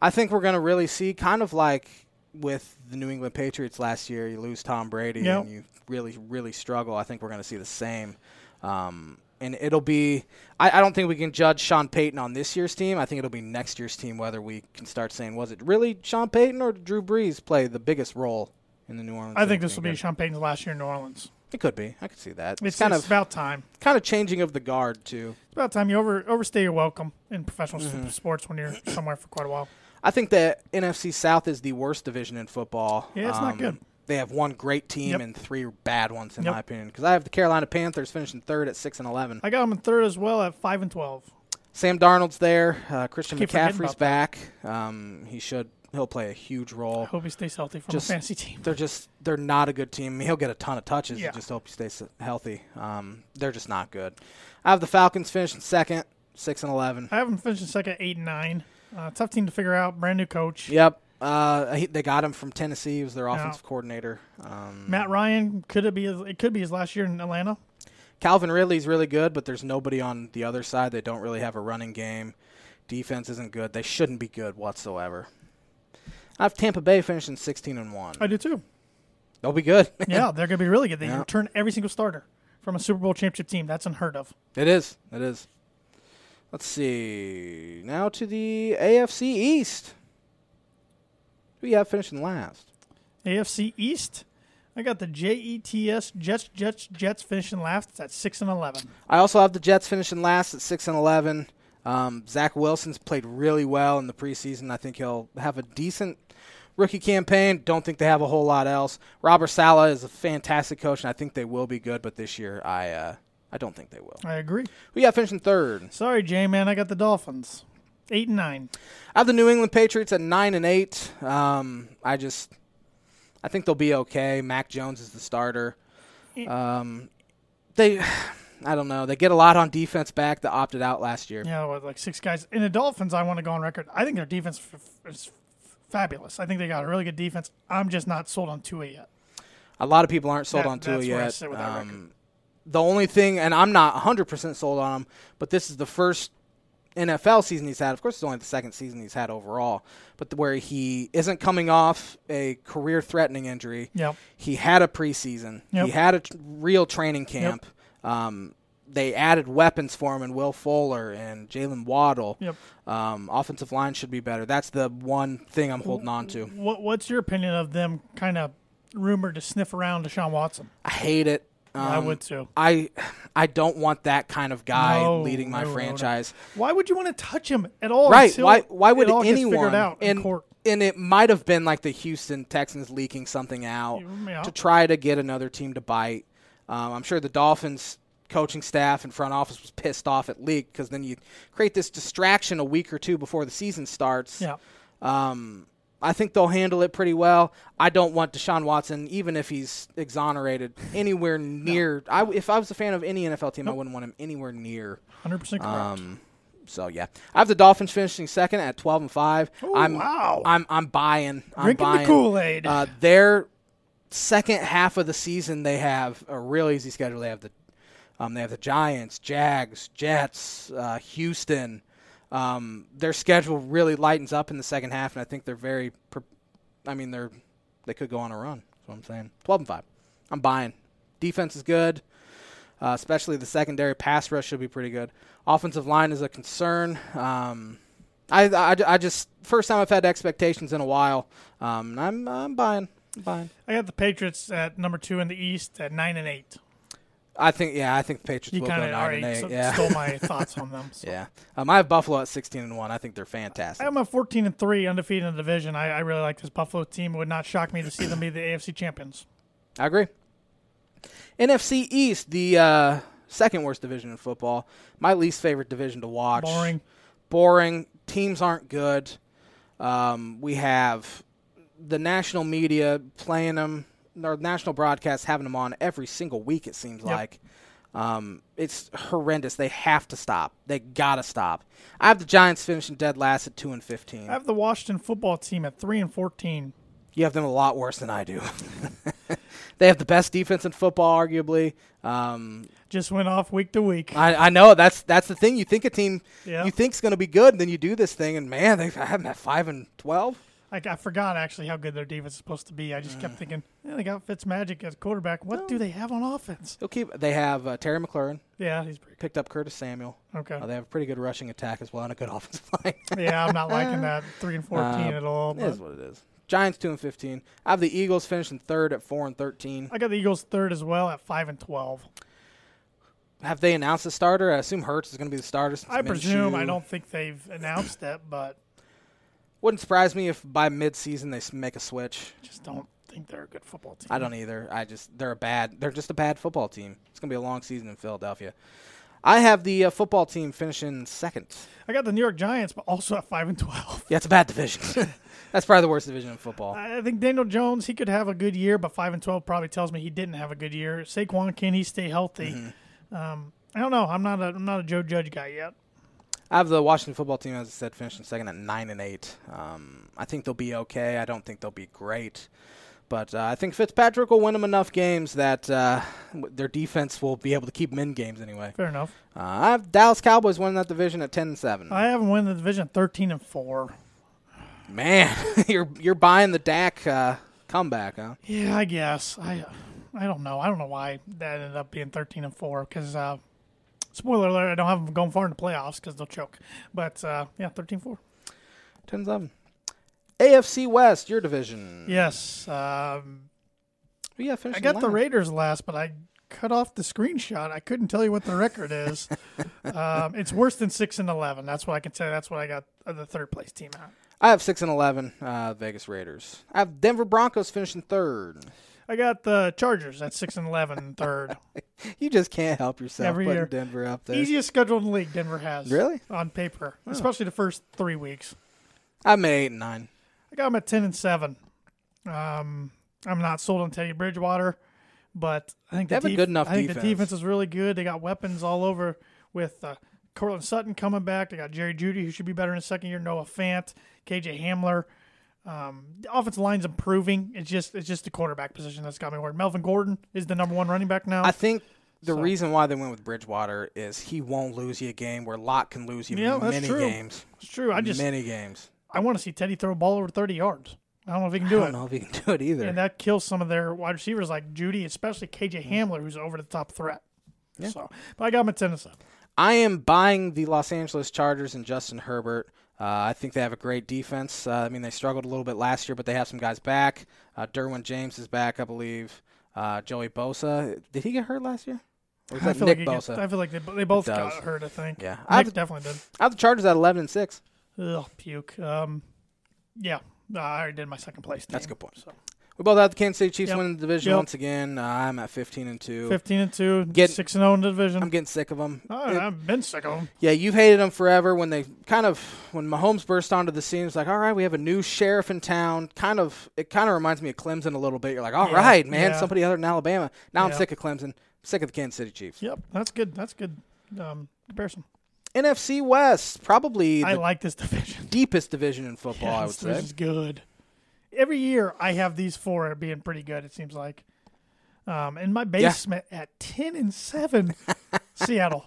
I think we're going to really see kind of like with the New England Patriots last year, you lose Tom Brady
Yep.
and you really, really struggle. I think we're going to see the same. Um, and it'll be, I, I don't think we can judge Sean Payton on this year's team. I think it'll be next year's team whether we can start saying, was it really Sean Payton or did Drew Brees play the biggest role in the New Orleans?
I think
Saints
this will be
being
Sean Payton's last year in New Orleans.
good? It could be. I could see that. It's,
It's,
kind
it's
of
about time.
kind of changing of the guard too.
It's about time you over overstay your welcome in professional s-
Mm-hmm.
sports when you're somewhere for quite a while.
I think the NFC South is the worst division in football. Um,
Yeah, it's not good.
They have one great team
Yep.
and three bad ones, in
Yep.
my opinion. Because I have the Carolina Panthers finishing third at six and eleven.
I got them in third as well at five and twelve.
Sam Darnold's there. Uh, Christian
Keep forgetting
McCaffrey's
about
back. Um, he should. He'll play a huge
I
role.
hope he stays healthy for my
Just-
fantasy team.
They're just. They're not a good team. I mean, he'll get a ton of touches.
Yeah.
You just hope he stays healthy. Um, they're just not good. I have the Falcons finishing second, six and eleven.
I have them finishing second, eight and nine. Uh, tough team to figure out. Brand new coach.
Yep. Uh, he, they got him from Tennessee. He was their offensive coordinator. Um,
Matt Ryan could it be? his- It could be his last year in Atlanta.
Calvin Ridley's really good, but there's nobody on the other side. They don't really have a running game. Defense isn't good. They shouldn't be good whatsoever. I have Tampa Bay finishing 16 and one.
I do too.
They'll be good. [laughs]
Yeah, they're going to be really good. They
Yeah.
return every single starter from a Super Bowl championship team. That's unheard of.
it is. It is. Let's see. Now to the AFC East. Who you have finishing last?
AFC East. I got the JETS Jets Jets Jets finishing last. It's at six and eleven.
I also have the Jets finishing last at six and eleven. Um, Zach Wilson's played really well in the preseason. I think he'll have a decent rookie campaign. Don't think they have a whole lot else. Robert Sala is a fantastic coach, and I think they will be good. But this year, I uh, I don't think they will.
I agree.
Who you got finishing third?
Sorry, J man. I got the Dolphins. Eight and nine.
I have the New England Patriots at nine and eight. Um, I just I think they'll be okay. Mac Jones is the starter. Um, they [sighs] I don't know. They get a lot on defense back that opted out last year.
Yeah, with like six guys. In the Dolphins, I want to go on record. I think their defense f- f- is fabulous. I think they got a really good defense. I'm just not sold on Tua yet.
A lot of people aren't sold
That-
on Tua
that's
yet. Um,
where I sit with that record.
the only thing, and I'm not 100% sold on him, but this is the first NFL season he's had. Of course, it's only the second season he's had overall, but where he isn't coming off a career threatening injury.
Yep.
He had a preseason,
Yep.
he had a tr- real training camp. Um, they added weapons for him in Will Fuller and Jalen Waddle.
Yep.
Um, offensive line should be better. That's the one thing I'm holding on to.
What What's your opinion of them kind of rumored to sniff around Deshaun Watson?
I hate it. Um,
I would too.
I I don't want that kind of guy
No,
leading my
no, no, no.
franchise.
Why would you want to touch him at all?
Right?
until
Why why would
it all gets
anyone?
figured out in
and
court?
and it might have been like the Houston Texans leaking something out
Yeah.
to try to get another team to bite. Um, I'm sure the Dolphins coaching staff and front office was pissed off at leak because then you create this distraction a week or two before the season starts.
Yeah.
Um, I think they'll handle it pretty well. I don't want Deshaun Watson, even if he's exonerated,
[laughs]
anywhere near. I w if I was a fan of any NFL team, I wouldn't want him anywhere near.
Hundred percent correct.
Um, so yeah, I have the Dolphins finishing second at twelve and five. I'm
wow.
I'm I'm buying. I'm
Drinking the
buying.
Kool-Aid.
Uh, their second half of the season, they have a real easy schedule. They have the um, they have the Giants, Jags, Jets, uh, Houston. Um, their schedule really lightens up in the second half, and I think they're very. Pre- I mean, they're they could go on a run. That's what I'm saying. Twelve and five. I'm buying. Defense is good, uh, especially the secondary pass rush should be pretty good. Offensive line is a concern. Um, I, I, I just first time I've had expectations in a while. Um, and I'm I'm buying. I'm buying.
I got the Patriots at number two in the East at nine and eight.
I think yeah. I think the Patriots
You
will go
kind of
nine
already
and eight.
s-
yeah.
stole
[laughs]
my thoughts on them. So.
Yeah, um, I have Buffalo at sixteen and one. I think they're fantastic.
I'm at 14 and three, undefeated in the division. I, I really like this Buffalo team. It would not shock me to see them be the AFC champions.
I agree. NFC East, the uh, second worst division in football. My least favorite division to watch.
Boring.
Boring. Teams aren't good. Um, we have the national media playing them, or national broadcasts having them on every single week. It seems like. Um, it's horrendous. They have to stop. They gotta stop. I have the Giants finishing dead last at two and fifteen.
I have the Washington football team at three and 14.
You have them a lot worse than I do. [laughs] they have the best defense in football, arguably. Um,
Just went off week to week.
I, I know that's that's the thing. You think a team
Yeah.
you think's going to be good, and then you do this thing, and man, they I have them at five and twelve.
I, I forgot actually how good their defense is supposed to be. I just
Uh.
kept thinking, yeah, they got Fitzmagic as quarterback. What do they have on offense?
They'll keep. They have uh, Terry McLaurin
Yeah, he's pretty
picked up Curtis Samuel.
good. Okay.
Uh, they have a pretty good rushing attack as well, and a good [laughs] offensive line.
yeah, I'm not liking that three and 14
[laughs] Uh,
at all.
it is
but
what it is. Giants two and fifteen. I have the Eagles finishing third at four and thirteen.
I got the Eagles third as well at five and 12.
Have they announced the starter? I assume Hurts is going to be the starter. Since
I presume. I
Minshew-
don't think they've announced it, but
Wouldn't surprise me if by mid-season they s- make a switch.
just don't think they're a good football team.
I don't either. I just they're a bad. They're just a bad football team. It's gonna be a long season in Philadelphia. I have the uh, football team finishing second.
I got the New York Giants, but also at five and twelve.
Yeah, it's a bad division. [laughs] That's probably the worst division in football.
I I think Daniel Jones he could have a good year, but five and twelve probably tells me he didn't have a good year. Saquon can he stay healthy? Um, I don't know. I'm not a I'm not a Joe Judge guy yet.
I have the Washington football team, as I said, finishing second at nine and eight. Um, I think they'll be okay. I don't think they'll be great, but uh, I think Fitzpatrick will win them enough games that uh, w- their defense will be able to keep them in games anyway.
Fair enough.
Uh, I have Dallas Cowboys winning that division at ten and seven.
I haven't won the division at thirteen and four.
Man, [laughs] you're you're buying the Dak uh, comeback, huh?
Yeah, I guess I I don't know. I don't know why that ended up being thirteen and four because. Uh, Spoiler alert, I don't have them going far in the playoffs because they'll choke. But uh, yeah, 13 4.
10 7. AFC West, your division.
Yes. Um,
Who you got
I
finishing
got the
last?
Raiders last, but I cut off the screenshot. I couldn't tell you what the record is. um, it's worse than six and eleven. That's what I can tell. you. That's what I got uh, the third place team at.
I have 6 and 11, uh, Vegas Raiders. I have Denver Broncos finishing third. [laughs]
I got the Chargers at six and eleven, third.
You just can't help yourself
Every
putting
year.
Denver up there.
Easiest schedule in the league Denver has.
Really?
On paper, especially the first three weeks.
I'm at 8 and 9.
I got them at ten and seven. Um, I'm not sold on Teddy Bridgewater, but I think
They
the
have a
def-
good enough
I think
defense.
the defense is really good. They got weapons all over with uh, Cortland Sutton coming back. They got Jerry Judy, who should be better in his second year. Noah Fant, KJ Hamler. Um, the offensive line's improving. It's just it's just the quarterback position that's got me worried. Melvin Gordon is the number one running back now.
I think the reason why they went with Bridgewater is he won't lose you a game where Locke can lose you
Yeah, that's
many
true.
games.
it's true. I just
many games.
I want to see Teddy throw a ball over thirty yards. I don't know if he can
I
do
don't
it.
know if he can do it either.
And that kills some of their wide receivers like Judy, especially KJ
Mm-hmm.
Hamler, who's over the top threat. So, but I got my Tennessee.
I am buying the Los Angeles Chargers and Justin Herbert. Uh, I think they have a great defense. Uh, I mean, they struggled a little bit last year, but they have some guys back. Uh, Derwin James is back, I believe. Uh, Joey Bosa, did he get hurt last year? Or was
I
that
feel
Nick
like it gets-
Bosa?
I feel like they, they both
It does.
got hurt. I think.
Yeah.
Nick
I have-
definitely did.
I have the Chargers at eleven and six.
Ugh, puke. Um, yeah, no, I already did my second place.
That's a
team.
good point. We both have the Kansas City Chiefs
Yep.
winning the division
Yep.
once again. Uh, I'm at fifteen and two.
Fifteen and two,
Get-
six and zero in the
I'm
division.
getting sick of them.
Oh, I've been sick of them.
Yeah, you've hated them forever. When they kind of when Mahomes burst onto the scene, it's like, all right, we have a new sheriff in town. Kind of, it kind of reminds me of Clemson a little bit. You're like, all right,
Yeah,
man,
yeah.
somebody other than Alabama. Now I'm
Yeah.
sick of Clemson, sick of the Kansas City Chiefs.
Yep, that's good. That's good um, comparison.
NFC West, probably the
I like this division.
deepest division in football, I would
this
say.
is good. Every year I have these four being pretty good. It seems like. Um, in my basement at ten and
[laughs]
seven, Seattle.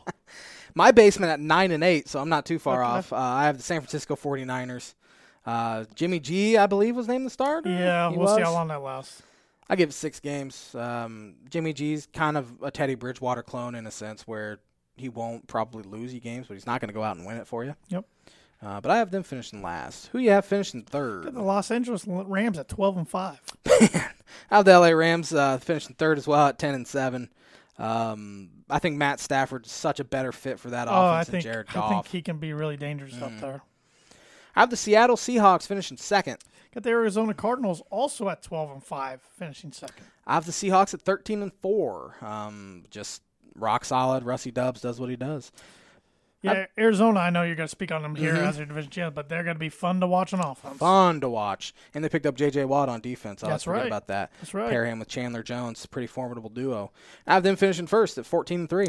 My basement at nine and eight, so I'm not too far
Okay.
off. Uh, I have the San Francisco 49ers. Uh, Jimmy G, I believe, was named the starter.
Yeah,
He
we'll see
was.
how long that lasts.
I give it six games. Um, Jimmy G's kind of a Teddy Bridgewater clone in a sense where he won't probably lose you games, but he's not going to go out and win it for you.
Yep.
Uh, but I have them finishing last. Who you have finishing third?
The Los Angeles Rams at twelve and five.
I have the LA Rams uh, finishing third as well at ten and seven. Um, I think Matt Stafford's such a better fit for that
Oh, I
offense
think
than Jared
I think
Goff.
he can be really dangerous up there.
I have the Seattle Seahawks finishing second.
Got the Arizona Cardinals also at twelve and five, finishing second.
I have the Seahawks at thirteen and four. Um, just rock solid. Rusty Dubs does what he does.
Yeah, Arizona. I know you're going to speak on them here
Mm-hmm.
as your division champ, but they're going to be fun to watch on offense.
fun to watch. And they picked up J.J. Watt on defense. I
That's
always forget
right.
about that.
That's right.
Pair him with Chandler Jones, pretty formidable duo. I have them finishing first at 14 and 3.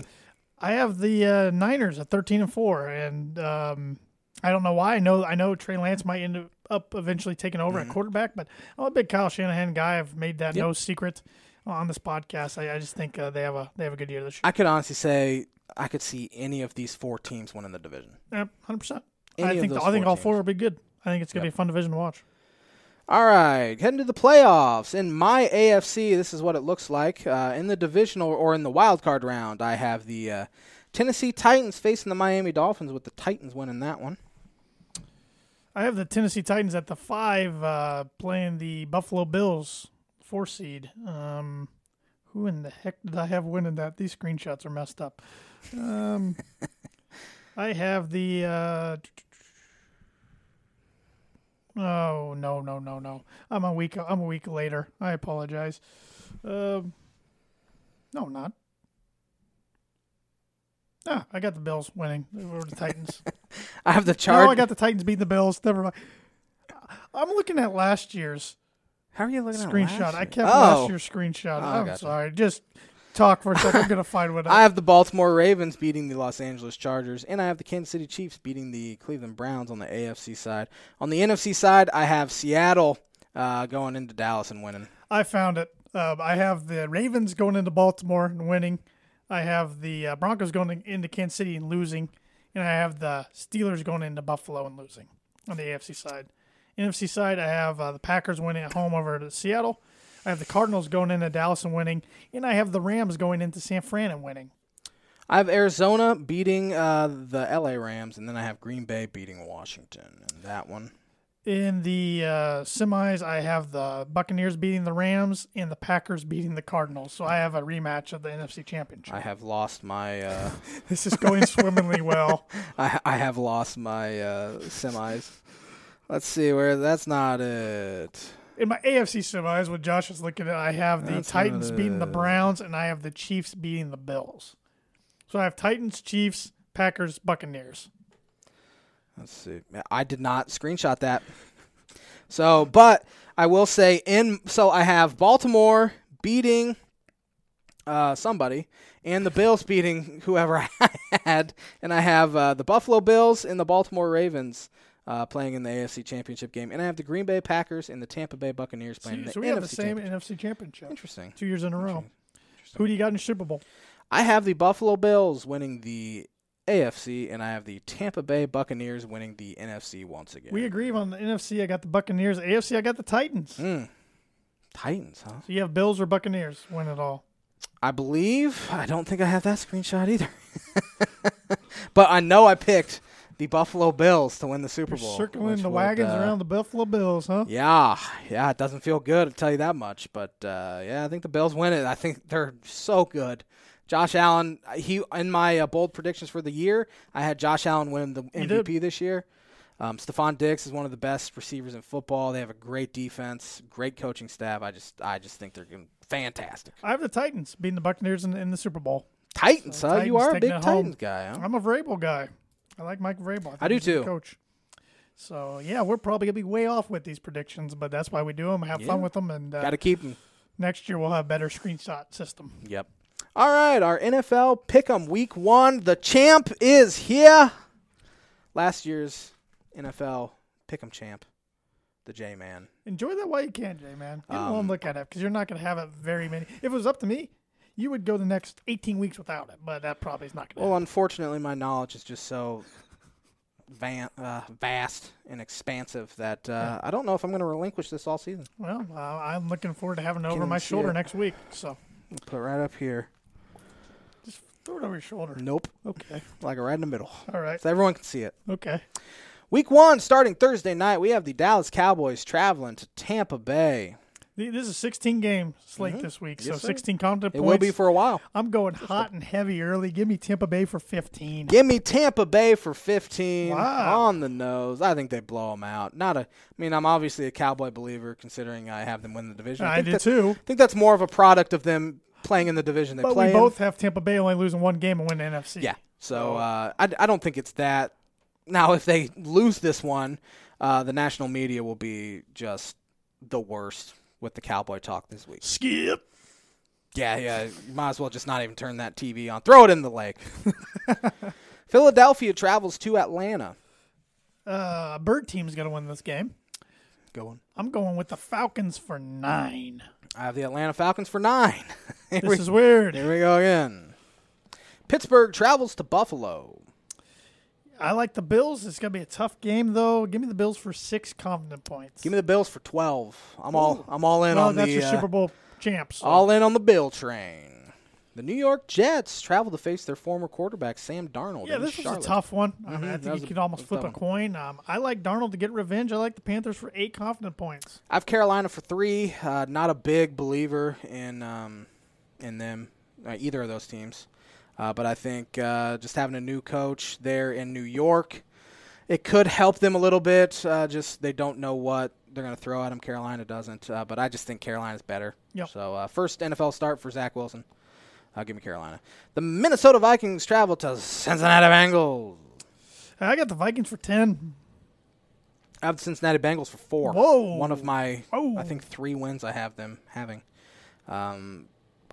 I have the uh, Niners at thirteen and four, and um, I don't know why. I know I know Trey Lance might end up eventually taking over
Mm-hmm.
at quarterback, but I'm a big Kyle Shanahan guy. I've made that no secret on this podcast. I, I just think uh, they have a they have a good year this year.
I could honestly say I could see any of these four teams winning the division.
Hundred percent.
Any
I
of
think
those
I think
four
all four
teams.
will be good. I think it's going to be a fun division to watch.
All right, heading to the playoffs. In my AFC, this is what it looks like. Uh, in the divisional or in the wild card round, I have the uh, Tennessee Titans facing the Miami Dolphins with the Titans winning that one.
I have the Tennessee Titans at the five, uh, playing the Buffalo Bills four seed. Um, who in the heck did I have winning that? These screenshots are messed up. Um, I have the. Uh, oh no no no no! I'm a week. I'm a week later. I apologize. Um, no, I'm not. Ah, I got the Bills winning over the Titans.
I have the Chargers.
No, I got the Titans beating the Bills. Never mind. I'm looking at last year's
How are you looking at
screenshot.
last
I
year?
kept
Oh.
last year's screenshot.
Oh,
I'm
gotcha.
sorry. Just talk for a second. I'm gonna find
[laughs]
what
I
I.
have the Baltimore Ravens beating the Los Angeles Chargers, and I have the Kansas City Chiefs beating the Cleveland Browns on the AFC side. On the NFC side, I have Seattle uh, going into Dallas and winning.
I found it. Um, I have the Ravens going into Baltimore and winning. I have the uh, Broncos going into Kansas City and losing, and I have the Steelers going into Buffalo and losing on the AFC side. NFC side, I have uh, the Packers winning at home over to Seattle. I have the Cardinals going into Dallas and winning, and I have the Rams going into San Fran and winning.
I have Arizona beating uh, the LA Rams, and then I have Green Bay beating Washington. And that one.
In the uh, semis, I have the Buccaneers beating the Rams and the Packers beating the Cardinals. So I have a rematch of the NFC Championship.
I have lost my uh,
[laughs] This is going swimmingly well.
I, I have lost my uh, semis. Let's see where that's not it.
In my AFC semis, what Josh is looking at, I have the
That's
Titans
not
beating the
it.
Browns and I have the Chiefs beating the Bills. So I have Titans, Chiefs, Packers, Buccaneers.
Let's see. I did not screenshot that. So, but I will say in so I have Baltimore beating uh, somebody and the Bills [laughs] beating whoever I had, and I have uh, the Buffalo Bills and the Baltimore Ravens uh, playing in the AFC Championship game, and I have the Green Bay Packers and the Tampa Bay Buccaneers
So,
playing in the
so we
NFC
have the same
Championship.
NFC Championship.
Interesting.
Two years in a row. Who do you got in the Super Bowl?
I have the Buffalo Bills winning the AFC, and I have the Tampa Bay Buccaneers winning the NFC once again.
We agree on the NFC. I got the Buccaneers. AFC, I got the Titans.
Mm. Titans, huh?
So you have Bills or Buccaneers win it all.
I believe I don't think I have that screenshot either, [laughs] but I know I picked the Buffalo Bills to win the Super Bowl.
Circling
which
the
would,
wagons
uh,
around the Buffalo Bills, huh?
Yeah, yeah, it doesn't feel good. I'll tell you that much. But uh, yeah, I think the Bills win it. I think they're so good. Josh Allen, he in my uh, bold predictions for the year, I had Josh Allen win the
did.
MVP this year. Um, Stephon Diggs is one of the best receivers in football. They have a great defense, great coaching staff. I just, I just think they're gonna- fantastic.
I have the Titans beating the Buccaneers in, in the Super Bowl.
Titans, huh? you
Titans
are a
taking
big
it home.
Titans guy. Huh?
I'm a Vrabel guy. I like Mike Vrabel. think
Oh. I do
he's a good
too.
Coach. So yeah, we're probably gonna be way off with these predictions, but that's why we do them. Have fun
Yeah.
with them, and uh,
Got to keep him.
next year we'll have better screenshot system.
Yep. All right, our NFL pick'em week one. The champ is here. Last year's NFL pick'em champ, the J Man.
Enjoy that while you can, Jay. Man, get
Um,
one look at it because you're not gonna have it very many. If it was up to me, you would go the next 18 weeks without it, but that probably is not gonna.
Well, unfortunately, my knowledge is just so van- uh, vast and expansive that uh, I don't know if I'm going to relinquish this all season.
happen. Well, uh, I'm looking forward to having it over
Can
my
see
shoulder
it.
next week. So
Put it right up here.
just throw it over your shoulder.
Nope.
Okay.
Like right in the middle,
All right.
so everyone can see it.
Okay.
Week one, starting Thursday night, we have the Dallas Cowboys traveling to Tampa Bay.
The- This is 16 game slate this week, so
Mm-hmm. Yes, sir.
16 content
It
points.
will be for a while.
I'm going hot and heavy early. Give me Tampa Bay for 15.
Give me Tampa Bay for 15
Wow.
on the nose. I think they blow them out. Not a. I mean, I'm obviously a Cowboy believer, considering I have them win the division.
I
think
do
that-
too.
I think that's more of a product of them playing in the division they
But
play.
we
in.
both Oh. have Tampa Bay only losing one game and win the NFC.
Yeah. So uh, I, I don't think it's that. Now, if they lose this one, uh, the national media will be just the worst with the Cowboy talk this week.
Skip.
Yeah, yeah. You might as well just not even turn that TV on. Throw it in the lake. [laughs] Philadelphia travels to Atlanta.
Uh, Bird team's going to win this game.
Going.
I'm going with the Falcons for nine.
I have the Atlanta Falcons for nine. [laughs] here, we,
This is weird.
here we go again. Pittsburgh travels to Buffalo.
I like the Bills. It's going to be a tough game, though. Give me the Bills for six confident points.
Give me the Bills for twelve. I'm all I'm all in
well,
on
that's
the
your
uh,
Super Bowl champs. so-
all in on the Bill train. The New York Jets travel to face their former quarterback Sam Darnold.
Yeah,
in
this
Charlotte.
was a tough one. I, mean, I
Mhm, that
think
was
you
a-
could almost
that was
flip
a
a
tough
coin. Um, I like Darnold to get revenge. I like the Panthers for eight confident points.
I have Carolina for three. Uh, not a big believer in um, in them, uh, either of those teams. Uh, but I think uh, just having a new coach there in New York, it could help them a little bit. Uh, just they don't know what they're going to throw at them. Carolina doesn't. Uh, but I just think Carolina's better.
Yep.
So uh, first NFL start for Zach Wilson. Uh, give me Carolina. The Minnesota Vikings travel to Cincinnati Bengals.
I got the Vikings for ten.
I have the Cincinnati Bengals for four.
Whoa. Oh.
One of my,
Whoa.
I think three wins I have them having. Um,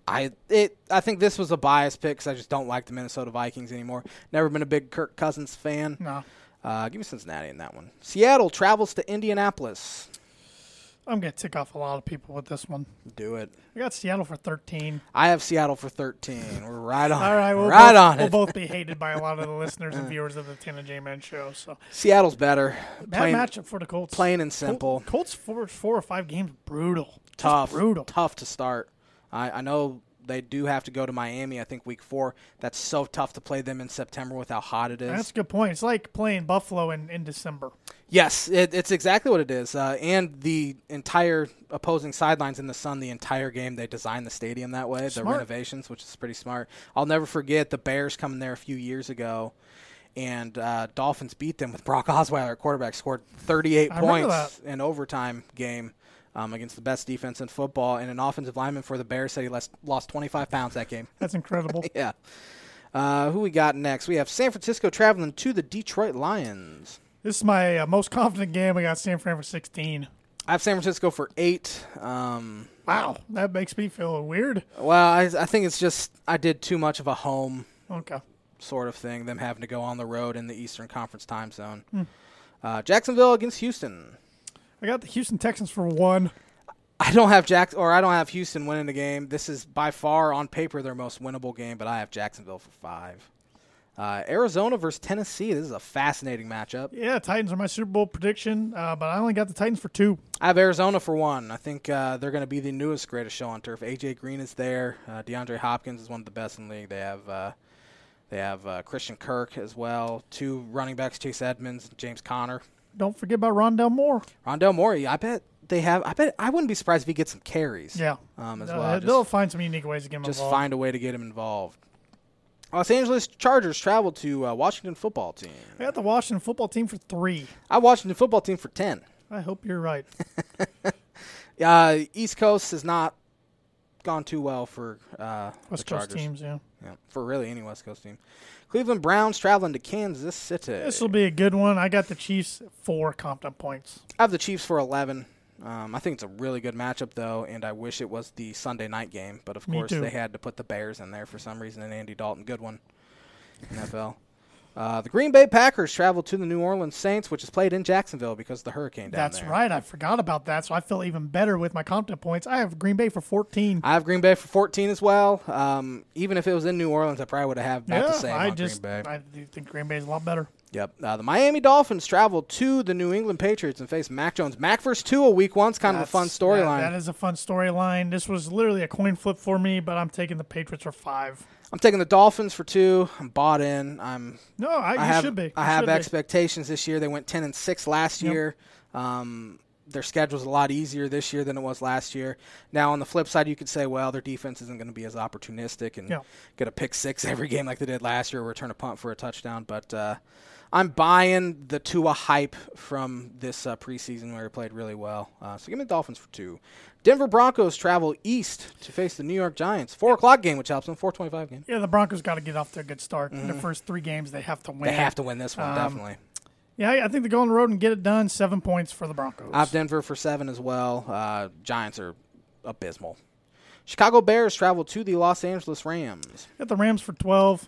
I it I think this was a biased pick because I just don't like the Minnesota Vikings anymore. Never been a big Kirk Cousins fan.
No,
Uh, give me Cincinnati in that one. Seattle travels to Indianapolis.
I'm gonna tick off a lot of people with this one.
Do it.
I got Seattle for thirteen.
I have Seattle for thirteen. We're right on.
All right, we'll
right
both,
on
We'll
it.
both
[laughs]
be hated by a lot of the listeners and viewers of the Ten and J Man show. So
Seattle's better.
bad
Plain-
matchup for the Colts.
plain and
Col-
simple.
Colts four four or five games brutal. Just
tough,
brutal.
tough to start. I, I know they do have to go to Miami. I think week four. That's so tough to play them in September with how hot it is.
That's a good point. It's like playing Buffalo in, in December.
yes, it, it's exactly what it is. Uh, and the entire opposing sidelines in the sun the entire game. They designed the stadium that way. The
Smart.
renovations, which is pretty smart. I'll never forget the Bears coming there a few years ago. And uh, Dolphins beat them with Brock Osweiler at quarterback, scored 38
I remember
points an overtime game um, against the best defense in football, and an offensive lineman for the Bears said he les- lost 25 pounds that game.
That's
[laughs]
incredible.
yeah. Uh, who we got next? We have San Francisco traveling to the Detroit Lions.
this is my uh, most confident game. We got San Fran for sixteen.
I have San Francisco for eight. Um,
Wow, that makes me feel weird.
well, I, I think it's just I did too much of a home
Okay.
sort of thing, them having to go on the road in the Eastern Conference time zone. Uh, Jacksonville against Houston.
I got the Houston Texans for one.
I don't have Jack or I don't have Houston winning the game. This is by far on paper their most winnable game, but I have Jacksonville for five. Uh, Arizona versus Tennessee. This is a fascinating matchup.
Yeah, Titans are my Super Bowl prediction, uh, but I only got the Titans for two.
I have Arizona for one. I think uh, they're going to be the newest greatest show on turf. AJ Green is there. Uh, DeAndre Hopkins is one of the best in the league. They have uh, they have uh, Christian Kirk as well. Two running backs: Chase Edmonds, and James Conner.
Don't forget about Rondell Moore.
Rondell Morey. I bet they have. I bet I wouldn't be surprised if he gets some carries.
Yeah,
Um, as
Uh,
well.
they'll
Just,
find some unique ways to get him
just
involved.
find a way to get him involved. Los Angeles Chargers travel to uh, Washington football team.
I got the Washington football team for three.
I have Washington football team for ten.
I hope you're
[laughs]
right.
Uh, East Coast has not gone too well for uh,
West
the
Coast
Chargers.
teams, yeah.
Yeah, for really any West Coast team. Cleveland Browns traveling to Kansas City.
This will be a good one. I got the Chiefs four Compton points.
I have the Chiefs for 11. Um, I think it's a really good matchup, though, and I wish it was the Sunday night game. But of
Me
course,
too.
they had to put the Bears in there for some reason, and Andy Dalton, good one. NFL. Uh, the Green Bay Packers travel to the New Orleans Saints, which is played in Jacksonville because of the hurricane down
That's
there.
right. I forgot about that, so I feel even better with my Compton points. I have Green Bay for 14.
I have Green Bay for 14 as well. Um, even if it was in New Orleans, I probably would have had about the same
I
on
just
Green Bay.
I do think Green Bay is a lot better.
Yep. Uh, the Miami Dolphins travel to the New England Patriots and face Mac Jones. Mac versus Tua week one's kind of a fun
That's- yeah,
storyline.
that is a fun storyline. This was literally a coin flip for me, but I'm taking the Patriots for five.
I'm taking the Dolphins for two. I'm bought in. I'm.
No, I,
I
you
have.
should be.
I
You
have
should be.
expectations this year. They went ten and six last year. Um, their schedule's a lot easier this year than it was last year. Now, on the flip side, you could say, well, their defense isn't going to be as opportunistic and
Yeah.
get a pick six [laughs] every game like they did last year, or return a punt for a touchdown. But uh, I'm buying the Tua hype from this uh, preseason where he played really well. Uh, so give me the Dolphins for two. Denver Broncos travel east to face the New York Giants. Four o'clock game, which helps them. Four twenty-five game.
Yeah, the Broncos got to get off to a good start. In their first three games, they have to win.
Mm-hmm. They have to win this
Um,
one, definitely.
Yeah, I- I think they go on the road and get it done. Seven points for the Broncos.
I have Denver for seven as well. Uh, Giants are abysmal. Chicago Bears travel to the Los Angeles Rams.
Got the Rams for 12.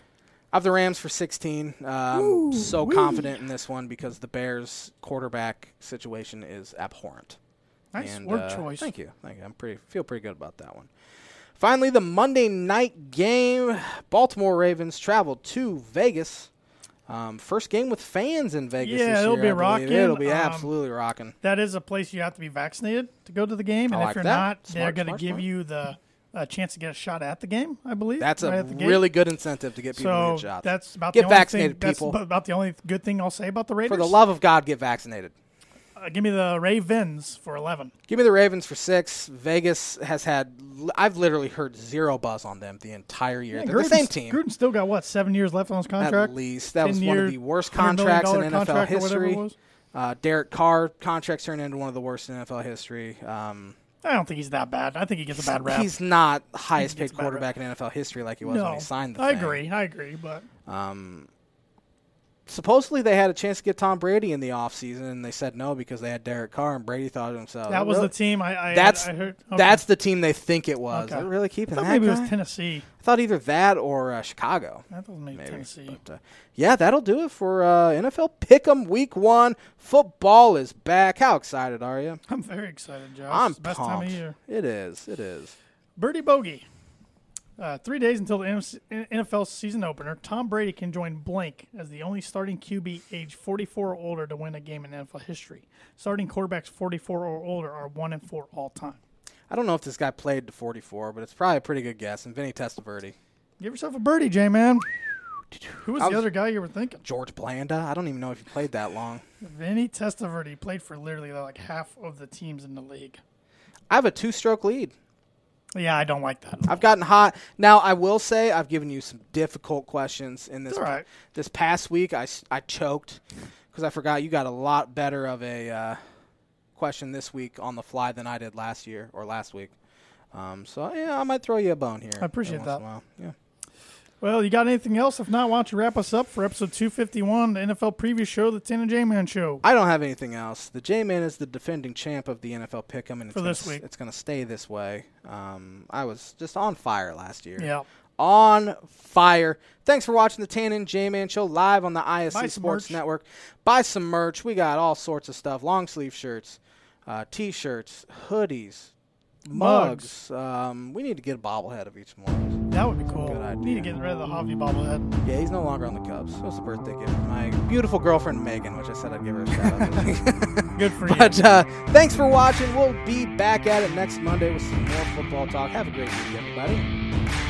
I have the Rams for 16. Uh, I'm so confident in this one because the Bears' quarterback situation is abhorrent.
Nice
And,
word
uh,
choice.
Thank you. Thank you. I'm pretty feel pretty good about that one. Finally, the Monday night game. Baltimore Ravens travel to Vegas. Um, first game with fans in Vegas.
Yeah,
this
it'll
year,
be
I believe.
rocking.
It'll be
Um,
absolutely rocking.
That is a place you have to be vaccinated to go to the game, and
I
if
like
you're
that.
not, they're
Smart,
going to
smart,
give
smart.
you the uh, chance to get a shot at the game. I believe
That's
right
a
at the gate.
really good incentive to get people to
so
get shots.
that's about
Get
the only
vaccinated,
thing,
people.
That's about the only good thing I'll say about the Raiders.
For the love of God, get vaccinated.
Uh, give me the Ravens for eleven.
Give me the Ravens for six. Vegas has had. I've literally heard zero buzz on them the entire year.
Yeah,
They're the
Gruden's-
same team.
Gruden still got what seven years left on his contract.
At least that was
10
one of
year,
the worst
$100 million
contracts in NFL
contract or whatever it
history.
was.
Uh, Derek Carr contracts turned into one of the worst in NFL history. Um,
I don't think he's that bad. I think he gets a
[laughs]
bad rap. [laughs]
he's not highest
gets
paid
a bad
quarterback in NFL history like he was
no,
when he signed the
I
thing.
agree. I agree. But
Um, supposedly they had a chance to get Tom Brady in the offseason, and they said no because they had Derek Carr, and Brady thought to himself,
that was
Oh, "Really?
the team. I, I
That's
I heard, okay.
that's the team they think it was.
Okay.
They're really keeping
I thought
that
maybe it
guy?
was Tennessee.
I thought either that or uh, Chicago.
That doesn't make
Maybe.
Tennessee.
But, uh, yeah, that'll do it for uh, NFL Pick'em Week One. Football is back. How excited are you?
I'm very excited, Josh.
I'm
it's the best
pumped.
time of year.
It is. It is.
Birdie Bogey. Uh, three days until the NFC NFL season opener, Tom Brady can join blank as the only starting QB age 44 or older to win a game in NFL history. Starting quarterbacks 44 or older are one and four all time.
I don't know if this guy played to 44, but it's probably a pretty good guess. And Vinny Testaverde,
Give yourself a birdie, J man. Who was
I
the
was-
other guy you were thinking?
George Blanda. I don't even know if he played that long.
Vinny Testaverde played for literally like half of the teams in the league.
I have a two-stroke lead.
Yeah, I don't like that.
I've gotten hot. Now I will say I've given you some difficult questions in this
It's all right.
this past week. I, s- I choked because I forgot you got a lot better of a uh, question this week on the fly than I did last year or last week. Um, so yeah, I might throw you a bone here. every
appreciate
once in a
that.
while. Yeah.
Well, you got anything else? If not, why don't you wrap us up for episode 251, the NFL preview show, the 10 and J Man show.
I don't have anything else. The J Man is the defending champ of the NFL Pick'em, and it's
For
gonna
this
s-
week.
it's going to stay this way. Um, I was just on fire last year.
Yeah.
on fire. Thanks for watching the Tan and J Man Show live on the
Buy
ISC
some
Sports
merch.
Network. Buy some merch. We got all sorts of stuff long sleeve shirts, uh, t shirts, hoodies, mugs. Um, we need to get a bobblehead of each one.
That would be cool.
Good idea.
Need to get rid of the Hovey bobblehead.
Yeah, he's no longer on the Cubs. It was a birthday gift from my beautiful girlfriend, Megan, which I said I'd give her a shout
[laughs]
out. [laughs]
Good for you.
But uh, thanks for watching. We'll be back at it next Monday with some more football talk. Have a great week, everybody.